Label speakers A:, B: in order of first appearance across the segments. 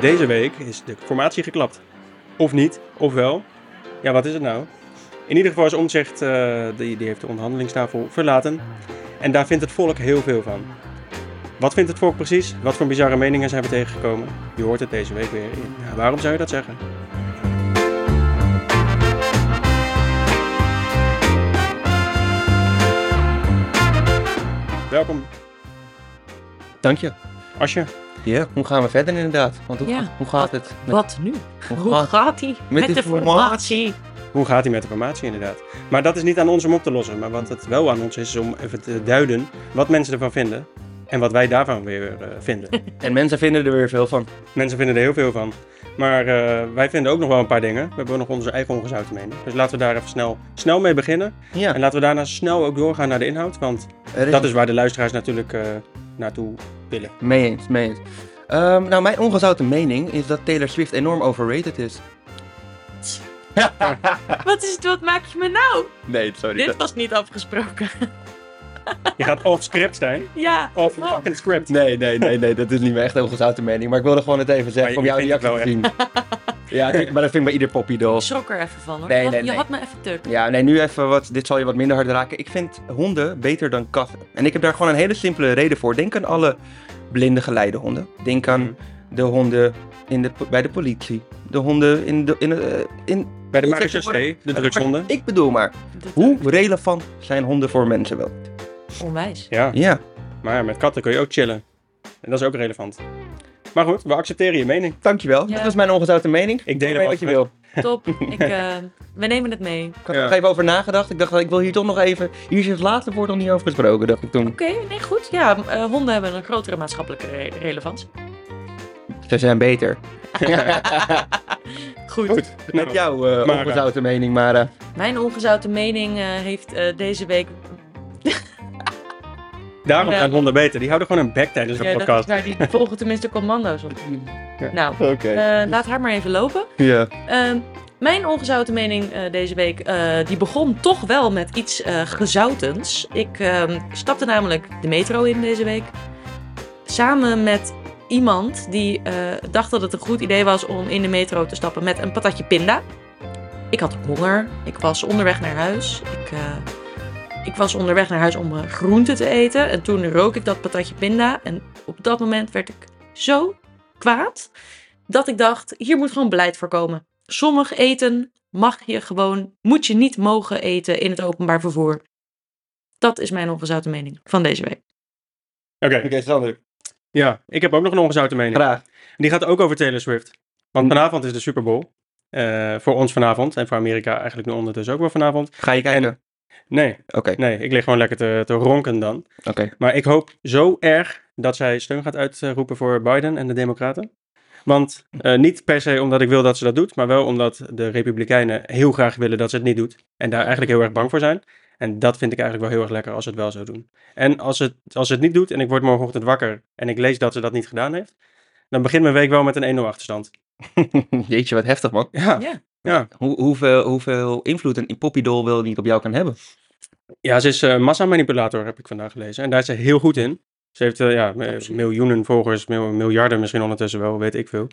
A: Deze week is de formatie geklapt. Of niet, ofwel. Ja, wat is het nou? In ieder geval is Omtzigt, eh, die, die heeft de onderhandelingstafel verlaten. En daar vindt het volk heel veel van. Wat vindt het volk precies? Wat voor bizarre meningen zijn we tegengekomen? Je hoort het deze week weer in. Ja, waarom zou je dat zeggen? Welkom.
B: Dank je.
A: Asje.
B: Ja, hoe gaan we verder inderdaad? Want hoe,
C: Ja.
B: hoe gaat het? Met,
C: Wat nu?
B: hoe
C: Hoe
B: gaat-
C: gaat hij met,
B: de
C: de formatie?
A: Hoe gaat hij met de formatie inderdaad? Maar dat is niet aan ons om op te lossen. Maar wat het wel aan ons is, is om even te duiden wat mensen ervan vinden. En wat wij daarvan weer eh, vinden.
B: En mensen vinden er weer veel van.
A: mensen vinden er heel veel van. Maar eh, wij vinden ook nog wel een paar dingen. We hebben nog onze eigen ongezouten mening. Dus laten we daar even snel, snel mee beginnen.
B: Ja,
A: En laten we daarna snel ook doorgaan naar de inhoud. Want
B: er
A: dat is waar de luisteraars natuurlijk eh, naartoe willen.
B: Mee eens, mee eens. Ehm, nou, mijn ongezouten mening is dat Taylor Swift enorm overrated is.
C: Wat is het? Wat maak je me nou?
B: Nee, sorry.
C: Dit was niet afgesproken.
A: Je gaat off script zijn.
C: Ja.
A: Off fucking script.
B: Nee, nee, nee, nee, dat is niet mijn echt ongezouten mening. Maar ik wilde gewoon het even
A: Maar
B: zeggen
A: je-
B: om jouw
A: je vindt
B: reactie te zien. Ja, ik- maar dat vind ik bij ieder poppydoll.
C: Ik schrok er even van hoor.
B: Nee,
C: je had,
B: nee,
C: je
B: nee.
C: had me even tuk.
B: Ja, nee, nu even wat. Dit zal je wat minder hard raken. Ik vind honden beter dan katten. En ik heb daar gewoon een hele simpele reden voor. Denk aan alle blinde geleidehonden. Denk
A: Mhm.
B: aan de honden in de, po- bij de politie. De honden in de. In, de- in,
A: Bij de
B: Ik
A: Marcus
B: zeg het
A: de drugshonden.
B: ik bedoel maar,
C: Dat- eh,
B: hoe relevant zijn honden voor mensen wel?
C: Onwijs.
A: Ja,
B: Ja,
A: maar met katten kun je ook chillen. En dat is ook relevant. Maar goed, we accepteren je mening.
B: dankjewel.
C: Ja.
B: Dat was mijn ongezouten mening.
A: Ik deel
B: Doe
A: hem
B: mee
A: ook
B: wat je
A: met-
B: wil.
C: Top. Ik, eh, we nemen het mee.
B: Ik had
A: Ja.
B: er nog even over nagedacht. Ik dacht, ik wil hier toch nog even. Hier is het laatste woord nog niet over gesproken, dacht ik toen.
C: Oké, nee, goed. Ja, m- eh, honden hebben een grotere maatschappelijke re- relevantie.
B: Ze zijn beter.
C: Goed.
B: Met jouw eh,
A: Mara.
B: ongezouten mening, Mara.
C: Mijn ongezouten mening eh, heeft eh, deze week...
A: Daarom
C: Ja.
A: zijn honden beter. Die houden gewoon een bek tijdens een
C: Ja, dat is
A: podcast.
C: waar. Die volgen tenminste commando's op. Nou,
B: Oké.
C: eh, laat haar maar even lopen.
B: Ja.
C: Ehm, mijn ongezouten mening eh, deze week, eh, die begon toch wel met iets eh, gezoutens. Ik ehm, stapte namelijk de metro in deze week. Samen met iemand die eh, dacht dat het een goed idee was om in de metro te stappen met een patatje pinda. Ik had honger. Ik was onderweg naar huis. Ik, eh, ik was onderweg naar huis om eh, groenten te eten. En toen rook ik dat patatje pinda. En op dat moment werd ik zo kwaad dat ik dacht, hier moet gewoon beleid voor komen. Sommig eten mag je gewoon, moet je niet mogen eten in het openbaar vervoer. Dat is mijn ongezouten mening van deze week.
A: Oké,
B: Oké, Sander.
A: ja. Ik heb ook nog een ongezouten mening.
B: Graag.
A: Die gaat ook over Taylor Swift. Want vanavond is de Super Bowl. Eh, voor ons vanavond. En voor Amerika eigenlijk nu ondertussen ook wel vanavond.
B: Ga je kijken?
A: Nee,
B: Oké,
A: nee. Ik lig gewoon lekker te, te ronken dan.
B: oké.
A: Maar ik hoop zo erg dat zij steun gaat uitroepen voor Biden en de Democraten. Want eh, niet per se omdat ik wil dat ze dat doet, maar wel omdat de Republikeinen heel graag willen dat ze het niet doet. En daar eigenlijk heel erg bang voor zijn. En dat vind ik eigenlijk wel heel erg lekker als ze het wel zo doen. En als het, als ze het niet doet en ik word morgenochtend wakker en ik lees dat ze dat niet gedaan heeft, dan begint mijn week wel met een 1-0 achterstand.
B: Jeetje, wat heftig man.
A: Ja,
C: Ja.
A: ja.
B: Hoe, hoeveel, hoeveel invloed een poppydoll wil niet op jou kan hebben?
A: ja ze is eh, massamanipulator, heb ik vandaag gelezen. En daar is ze heel goed in. Ze heeft eh, ja, eh,
C: Absoluut.
A: miljoenen volgers, mil- miljarden misschien ondertussen wel, weet ik veel.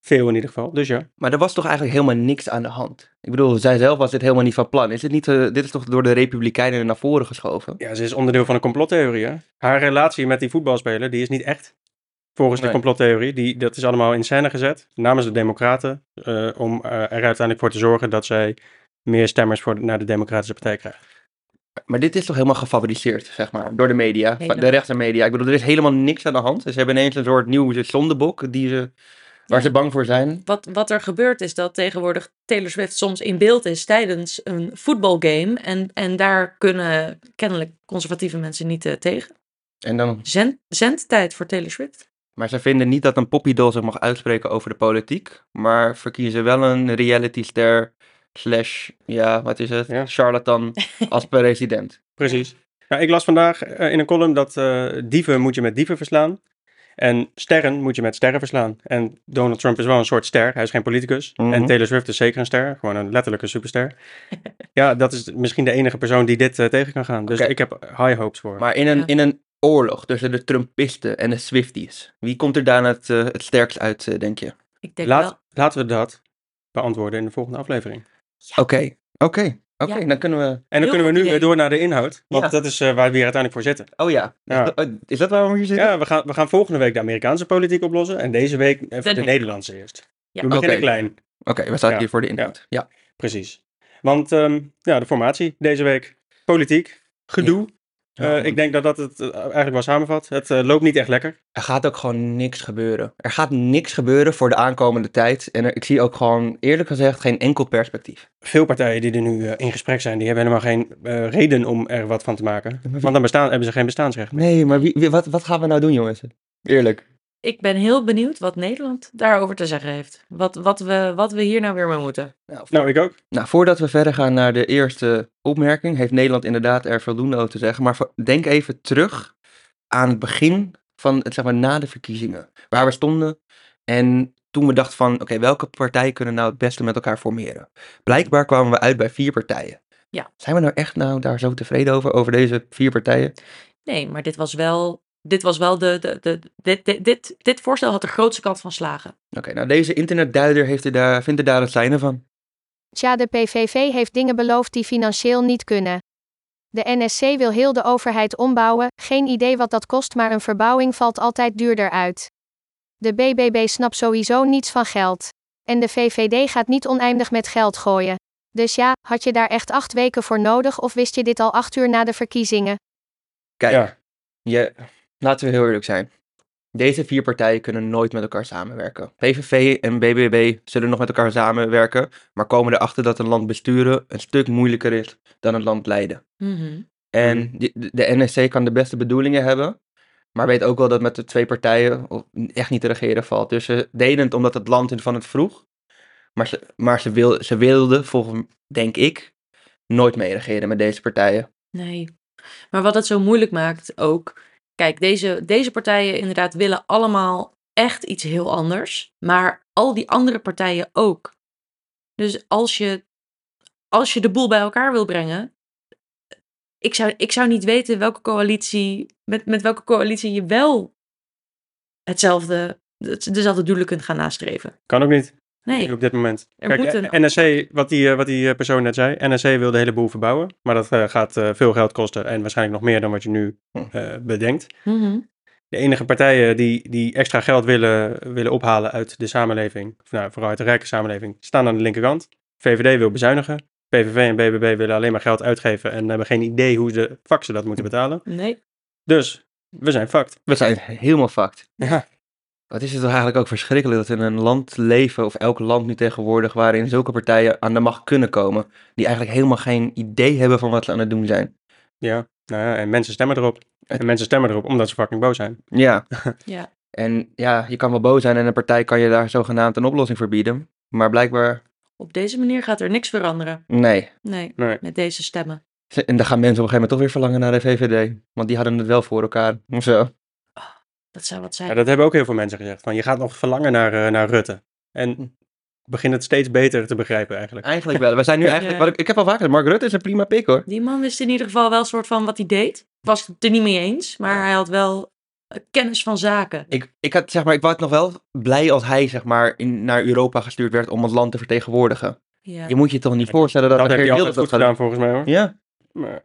A: Veel in ieder geval, dus ja.
B: Maar er was toch eigenlijk helemaal niks aan de hand? Ik bedoel, zij zelf was dit helemaal niet van plan. Is dit, niet, eh, dit is toch door de Republikeinen naar voren geschoven?
A: Ja, ze is onderdeel van een complottheorie. Hè? Haar relatie met die voetbalspeler, die is niet echt. Volgens
B: Nee.
A: de complottheorie, die, dat is allemaal in scène gezet namens de Democraten. eh, om eh, er uiteindelijk voor te zorgen dat zij meer stemmers voor, naar de Democratische Partij krijgt.
B: Maar dit is toch helemaal gefabriceerd, zeg maar, door de media, van de
C: Helemaal.
B: rechtse media. Ik bedoel, er is helemaal niks aan de hand. Ze hebben ineens een soort nieuwe zondebok die ze, waar
C: Ja.
B: ze bang voor zijn.
C: Wat, wat er gebeurt is dat tegenwoordig Taylor Swift soms in beeld is tijdens een voetbalgame. En, en daar kunnen kennelijk conservatieve mensen niet eh, tegen.
B: En dan,
C: Zend, zendtijd voor Taylor Swift.
B: maar ze vinden niet dat een poppydoll zich mag uitspreken over de politiek, maar verkiezen wel een realityster slash, ja, wat is het,
A: Ja.
B: charlatan als president.
A: Precies. Ja, ik las vandaag eh, in een column dat eh, dieven moet je met dieven verslaan. En sterren moet je met sterren verslaan. En Donald Trump is wel een soort ster. Hij is geen politicus.
B: Mhm.
A: En Taylor Swift is zeker een ster. Gewoon een letterlijke superster. ja, dat is misschien de enige persoon die dit eh, tegen kan gaan. Dus
B: Oké.
A: ik heb high hopes voor. hem.
B: Maar in een,
C: Ja.
B: in een oorlog tussen de Trumpisten en de Swifties. Wie komt er daarna het, eh, het sterkst uit, eh, denk je?
C: Ik denk wel.
A: Laat, laten we dat beantwoorden in de volgende aflevering.
B: Oké, oké, oké.
C: Ja.
B: Dan kunnen we...
A: En dan
C: Heel
A: kunnen we nu
C: goed
A: weer
C: idee.
A: door naar de inhoud. Want
B: Ja.
A: dat is eh, waar we hier uiteindelijk voor zitten.
B: Oh ja.
A: Ja.
B: Eh, Is dat waar we hier zitten?
A: Ja, we gaan, we gaan volgende week de Amerikaanse politiek oplossen. En deze week even de,
C: De-
A: Nederlandse eerst.
C: Ja.
A: We beginnen
B: Oké.
A: klein.
B: Oké, we staan
A: Ja,
B: hier voor de inhoud. Ja.
A: Precies. Want ehm, ja, de formatie deze week. Politiek. Gedoe. Eh, ik denk dat dat het eh, eigenlijk wel samenvat. Het eh, loopt niet echt lekker.
B: Er gaat ook gewoon niks gebeuren. Er gaat niks gebeuren voor de aankomende tijd. En er- ik zie ook gewoon, eerlijk gezegd, geen enkel perspectief.
A: Veel partijen die er nu eh, in gesprek zijn, die hebben helemaal geen eh, reden om er wat van te maken. Want dan bestaan, hebben ze geen bestaansrecht.
B: Nee, maar wie, wie- wat, wat gaan we nou doen, jongens? Eerlijk.
C: Ik ben heel benieuwd wat Nederland daarover te zeggen heeft. Wat, wat, we, wat we hier nou weer mee moeten.
B: Nou, vo-
A: Nou, ik ook.
B: nou, voordat we verder gaan naar de eerste opmerking, heeft Nederland inderdaad er voldoende over te zeggen. Maar vo- denk even terug aan het begin van, het, zeg maar, na de verkiezingen. Waar we stonden en toen we dachten van, oké, welke partij kunnen nou het beste met elkaar formeren? Blijkbaar kwamen we uit bij vier partijen.
C: Ja.
B: Zijn we nou echt nou daar zo tevreden over, over deze vier partijen?
C: Nee, maar dit was wel. Dit was wel de. de, de dit, dit, dit, dit voorstel had de grootste kans van slagen.
B: Oké, nou deze internetduider heeft er daar, vindt er daar het kleine van.
D: Tja, de PVV heeft dingen beloofd die financieel niet kunnen. De NSC wil heel de overheid ombouwen, geen idee wat dat kost, maar een verbouwing valt altijd duurder uit. De BBB snapt sowieso niets van geld. En de VVD gaat niet oneindig met geld gooien. Dus ja, had je daar echt acht weken voor nodig of wist je dit al acht uur na de verkiezingen?
B: Kijk,
A: Ja.
B: je, laten we heel eerlijk zijn. Deze vier partijen kunnen nooit met elkaar samenwerken. PVV en BBB zullen nog met elkaar samenwerken, maar komen erachter dat een land besturen een stuk moeilijker is dan een land leiden. En die- de, de NSC kan de beste bedoelingen hebben, maar weet ook wel dat met de twee partijen o- echt niet te regeren valt. Dus ze deden het omdat het land hun van het vroeg, maar ze, maar ze, wil, ze wilden, volgens, denk ik, nooit mee regeren met deze partijen.
C: Nee. Maar wat het zo moeilijk maakt ook. Kijk, deze, deze partijen inderdaad willen allemaal echt iets heel anders. Maar al die andere partijen ook. Dus als je, als je de boel bij elkaar wil brengen. Ik zou, ik zou niet weten welke coalitie. Met, met welke coalitie je wel hetzelfde. het- dezelfde doelen kunt gaan nastreven.
A: Kan ook niet
C: Nee.
A: op dit moment.
C: Er
A: Kijk,
C: moet een-
A: eh, NSC, wat die, eh, wat die eh, persoon net zei, NSC wil de hele boel verbouwen. Maar dat eh, gaat eh, veel geld kosten en waarschijnlijk nog meer dan wat je nu eh, bedenkt.
C: Mhm.
A: de enige partijen die, die extra geld willen, willen ophalen uit de samenleving, of nou, vooral uit de rijke samenleving, staan aan de linkerkant. VVD wil bezuinigen. PVV en BBB willen alleen maar geld uitgeven en hebben geen idee hoe de fuck ze dat moeten betalen.
C: Nee.
A: Dus we zijn fucked.
B: We zijn helemaal fucked.
A: Ja.
B: Wat is het toch eigenlijk ook verschrikkelijk dat we in een land leven, of elk land nu tegenwoordig, waarin zulke partijen aan de macht kunnen komen, die eigenlijk helemaal geen idee hebben van wat ze aan het doen zijn.
A: Ja, nou ja, en mensen stemmen erop. En mensen stemmen erop omdat ze fucking boos zijn.
B: Ja.
C: Ja.
B: En ja, je kan wel boos zijn en een partij kan je daar zogenaamd een oplossing voor bieden, maar blijkbaar
C: Op deze manier gaat er niks veranderen.
B: nee.
C: Nee.
A: Nee.
C: Met deze stemmen.
B: Ze- En dan gaan mensen op een gegeven moment toch weer verlangen naar de VVD, want die hadden het wel voor elkaar. of Zo.
C: Dat zou wat zijn.
A: Ja, dat hebben ook heel veel mensen gezegd. Van, je gaat nog verlangen naar, eh, naar Rutte. En
B: Hm.
A: ik begin het steeds beter te begrijpen eigenlijk.
B: Eigenlijk wel. We zijn nu eigenlijk.
C: Ja.
B: Wat ik, ik heb al vaker gezegd, Mark Rutte is een prima pik hoor.
C: Die man wist in ieder geval wel soort van wat hij deed. Was het er niet mee eens, maar hij had wel eh, kennis van zaken.
B: Ik, ik, had, zeg maar, ik was nog wel blij als hij zeg maar, in, naar Europa gestuurd werd om het land te vertegenwoordigen.
C: Ja.
B: Je moet je toch niet voorstellen dat,
A: Dat heb
B: Geert
A: je altijd
B: Wilders dat
A: goed
B: gaat
A: gedaan volgens mij hoor.
B: doen. Ja,
A: Maar,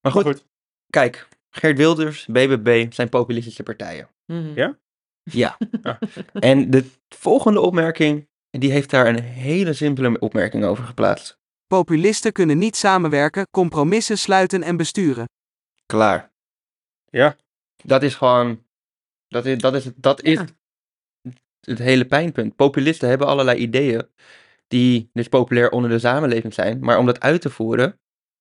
B: maar goed,
A: maar goed.
B: kijk. Geert Wilders, BBB zijn populistische partijen.
C: Mhm.
A: Ja?
B: Ja.
A: Ja.
B: en de volgende opmerking, die heeft daar een hele simpele opmerking over geplaatst.
E: Populisten kunnen niet samenwerken, compromissen sluiten en besturen.
B: Klaar.
A: Ja.
B: Dat is gewoon, dat is, dat is, dat is
C: Ja.
B: het hele pijnpunt. Populisten hebben allerlei ideeën die dus populair onder de samenleving zijn. Maar om dat uit te voeren,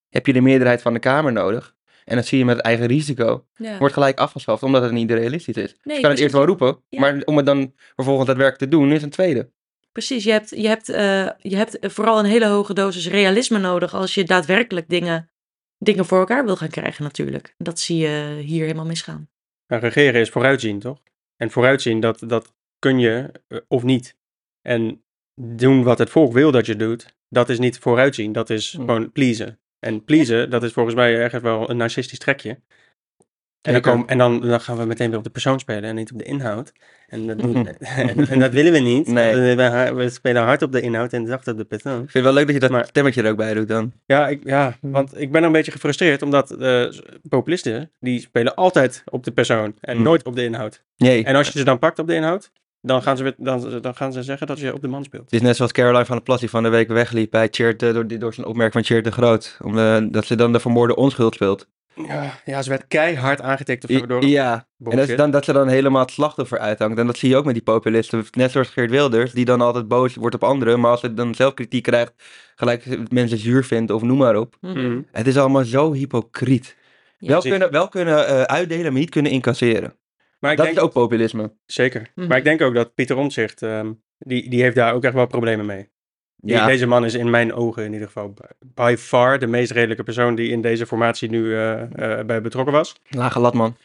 B: heb je de meerderheid van de Kamer nodig. En dat zie je met het eigen risico.
C: Ja.
B: Wordt gelijk afgeschaft, omdat het niet realistisch is.
C: Nee,
B: je kan het eerst wel roepen,
C: Ja.
B: maar om het dan vervolgens daadwerkelijk te doen, is een tweede.
C: Precies, je hebt, je, hebt, eh, je hebt vooral een hele hoge dosis realisme nodig als je daadwerkelijk dingen, dingen voor elkaar wil gaan krijgen natuurlijk. Dat zie je hier helemaal misgaan.
A: Nou, regeren is vooruitzien, toch? En vooruitzien, dat, dat kun je eh, of niet. En doen wat het volk wil dat je doet, dat is niet vooruitzien. Dat is
B: Hm.
A: gewoon pleasen. En pleasen, dat is volgens mij ergens wel een narcistisch trekje. En, dan,
B: Zeker.
A: komen- en dan, dan gaan we meteen weer op de persoon spelen en niet op de inhoud. En dat, en, en dat willen we niet.
B: Nee.
A: We- We, we spelen hard op de inhoud en zacht op de persoon. Hm.
B: vind het wel leuk dat je dat
A: Maar-
B: stemmetje er ook bij doet dan.
A: Ja, ik, ja want ik ben een beetje gefrustreerd omdat eh, populisten, die spelen altijd op de persoon en
B: Hmm.
A: nooit op de inhoud.
B: Nee.
A: En als je ze dan pakt op de inhoud, dan gaan ze, weer, dan, dan gaan ze zeggen dat je op de man speelt.
B: Het is net zoals Caroline van der Plas die van de week wegliep bij Cheert, eh, door, die- door zijn opmerking van Cheert de Groot. Omdat eh, ze dan de vermoorde onschuld speelt.
A: Ja, ja ze werd keihard aangetikt of zo door
B: ja, En dat,
A: Bullshit.
B: is dan, dat ze dan helemaal het slachtoffer uithangt. En dat zie je ook met die populisten. Net zoals Geert Wilders, die dan altijd boos wordt op anderen. Maar als ze dan zelf kritiek krijgt, gelijk mensen zuur vindt of noem maar op.
C: Mhm.
A: Mhm.
B: Het is allemaal zo hypocriet.
C: Ja,
B: wel,
A: precies.
B: kunnen, wel kunnen eh, uitdelen, maar niet kunnen incasseren.
A: Maar ik
B: dat
A: denk
B: is ook populisme.
A: Zeker.
C: Mhm.
A: Maar ik denk ook dat Pieter Omtzigt, ehm, die, die heeft daar ook echt wel problemen mee. Die-
B: Ja,
A: Deze man is in mijn ogen in ieder geval b- by far de meest redelijke persoon die in deze formatie nu eh, eh, bij betrokken was.
B: lage lat, man.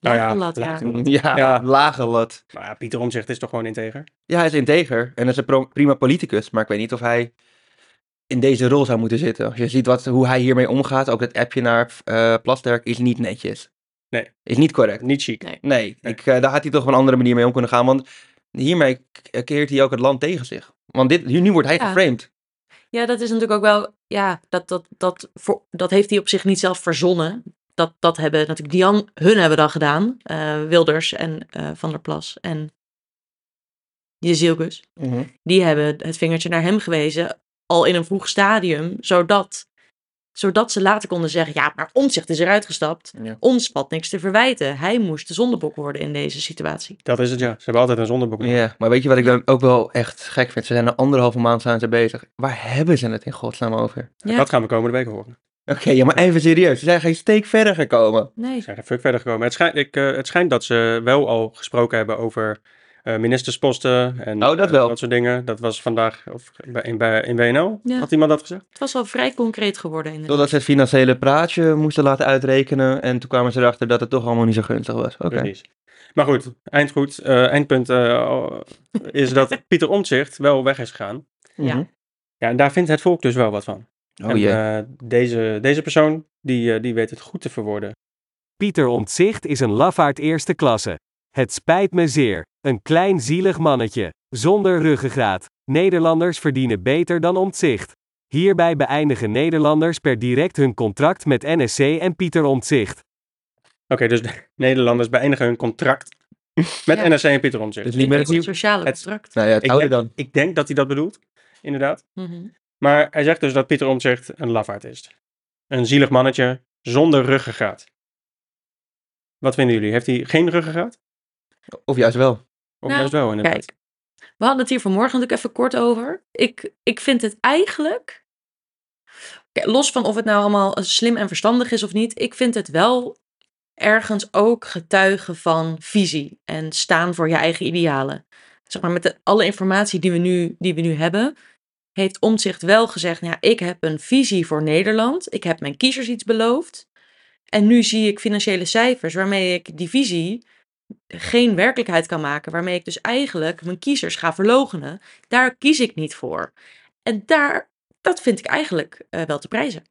A: Nou ja,
C: lage lat, ja.
A: lage lat.
B: Ja,
A: Ja.
B: lage lat.
A: Maar ja, Pieter Omtzigt is toch gewoon integer?
B: Ja, hij is integer en is een pro- prima politicus. Maar ik weet niet of hij in deze rol zou moeten zitten. Als je ziet wat, hoe hij hiermee omgaat, ook dat appje naar eh Plasterk is niet netjes.
A: Nee.
B: Is niet correct.
A: Niet chic.
C: Nee.
B: Nee,
A: Nee.
B: Ik, eh, daar had hij toch op een andere manier mee om kunnen gaan. Want hiermee k- eh, keert hij ook het land tegen zich. Want dit, hier- nu wordt hij
C: Ja.
B: geframed.
C: Ja, dat is natuurlijk ook wel. Ja, dat, dat, dat, voor, dat heeft hij op zich niet zelf verzonnen. Dat, dat hebben natuurlijk Dian, hun hebben dat gedaan. eh, Wilders en eh, Van der Plas en Jezielkus.
A: Mhm.
C: Die hebben het vingertje naar hem gewezen. Al in een vroeg stadium, zodat, zodat ze later konden zeggen: Ja, maar Omtzigt is eruit gestapt.
B: Ja.
C: Ons valt niks te verwijten. Hij moest de zondebok worden in deze situatie.
A: Dat is het, ja. Ze hebben altijd een zondebok.
B: Ja, maar weet je wat ik dan ook wel echt gek vind? Ze zijn er anderhalve maand zijn ze bezig. Waar hebben ze het in godsnaam over?
C: Ja.
A: Dat gaan we komende week horen.
B: Oké, ja, maar even serieus. Ze zijn geen steek verder gekomen.
A: Ze
C: Nee.
A: zijn geen fuck verder gekomen. Het schijnt, ik, eh, het schijnt dat ze wel al gesproken hebben over eh, ministersposten en
B: Oh, dat
A: eh,
B: wel.
A: dat soort dingen. Dat was vandaag of bij, in, bij, in WNL.
C: Ja.
A: Had iemand dat gezegd?
C: Het was al vrij concreet geworden. Inderdaad.
B: Totdat ze het financiële praatje moesten laten uitrekenen. En toen kwamen ze erachter dat het toch allemaal niet zo gunstig was. Oké.
A: Precies. Maar goed, eindgoed, eh, eindpunt eh, is dat Pieter Omtzigt wel weg is gegaan.
C: Ja.
B: Mhm.
A: Ja, en daar vindt het volk dus wel wat van.
B: Oh
A: en,
B: jee.
A: eh, deze, deze persoon, die, eh, die weet het goed te verwoorden.
F: Pieter Omtzigt is een lafaard eerste klasse. Het spijt me zeer. Een klein zielig mannetje. Zonder ruggengraat. Nederlanders verdienen beter dan Omtzigt. Hierbij beëindigen Nederlanders per direct hun contract met NSC en Pieter Omtzigt.
A: Oké, dus de Nederlanders beëindigen hun contract met
C: Ja.
A: NSC en Pieter Omtzigt.
B: Dus niet meer het
C: het
B: nieuw.
C: sociale
A: het-
C: contract.
B: Nou ja, het
A: Ik
B: oude
A: denk,
B: dan.
A: ik denk dat hij dat bedoelt, inderdaad.
C: Mhm.
A: Maar hij zegt dus dat Pieter Omtzigt een lafaard is. Een zielig mannetje zonder ruggengraat. Wat vinden jullie? Heeft hij geen ruggengraat?
B: Of juist wel.
A: Of
C: Nou,
A: juist wel, inderdaad.
C: Kijk, we hadden het hier vanmorgen natuurlijk even kort over. Ik, ik vind het eigenlijk, Kijk, los van of het nou allemaal slim en verstandig is of niet, ik vind het wel ergens ook getuigen van visie en staan voor je eigen idealen. Zeg maar met de, alle informatie die we, nu, die we nu hebben, heeft Omtzigt wel gezegd, nou ja, ik heb een visie voor Nederland, ik heb mijn kiezers iets beloofd. En nu zie ik financiële cijfers waarmee ik die visie geen werkelijkheid kan maken, waarmee ik dus eigenlijk mijn kiezers ga verlogenen, daar kies ik niet voor. En daar, dat vind ik eigenlijk eh, wel te prijzen.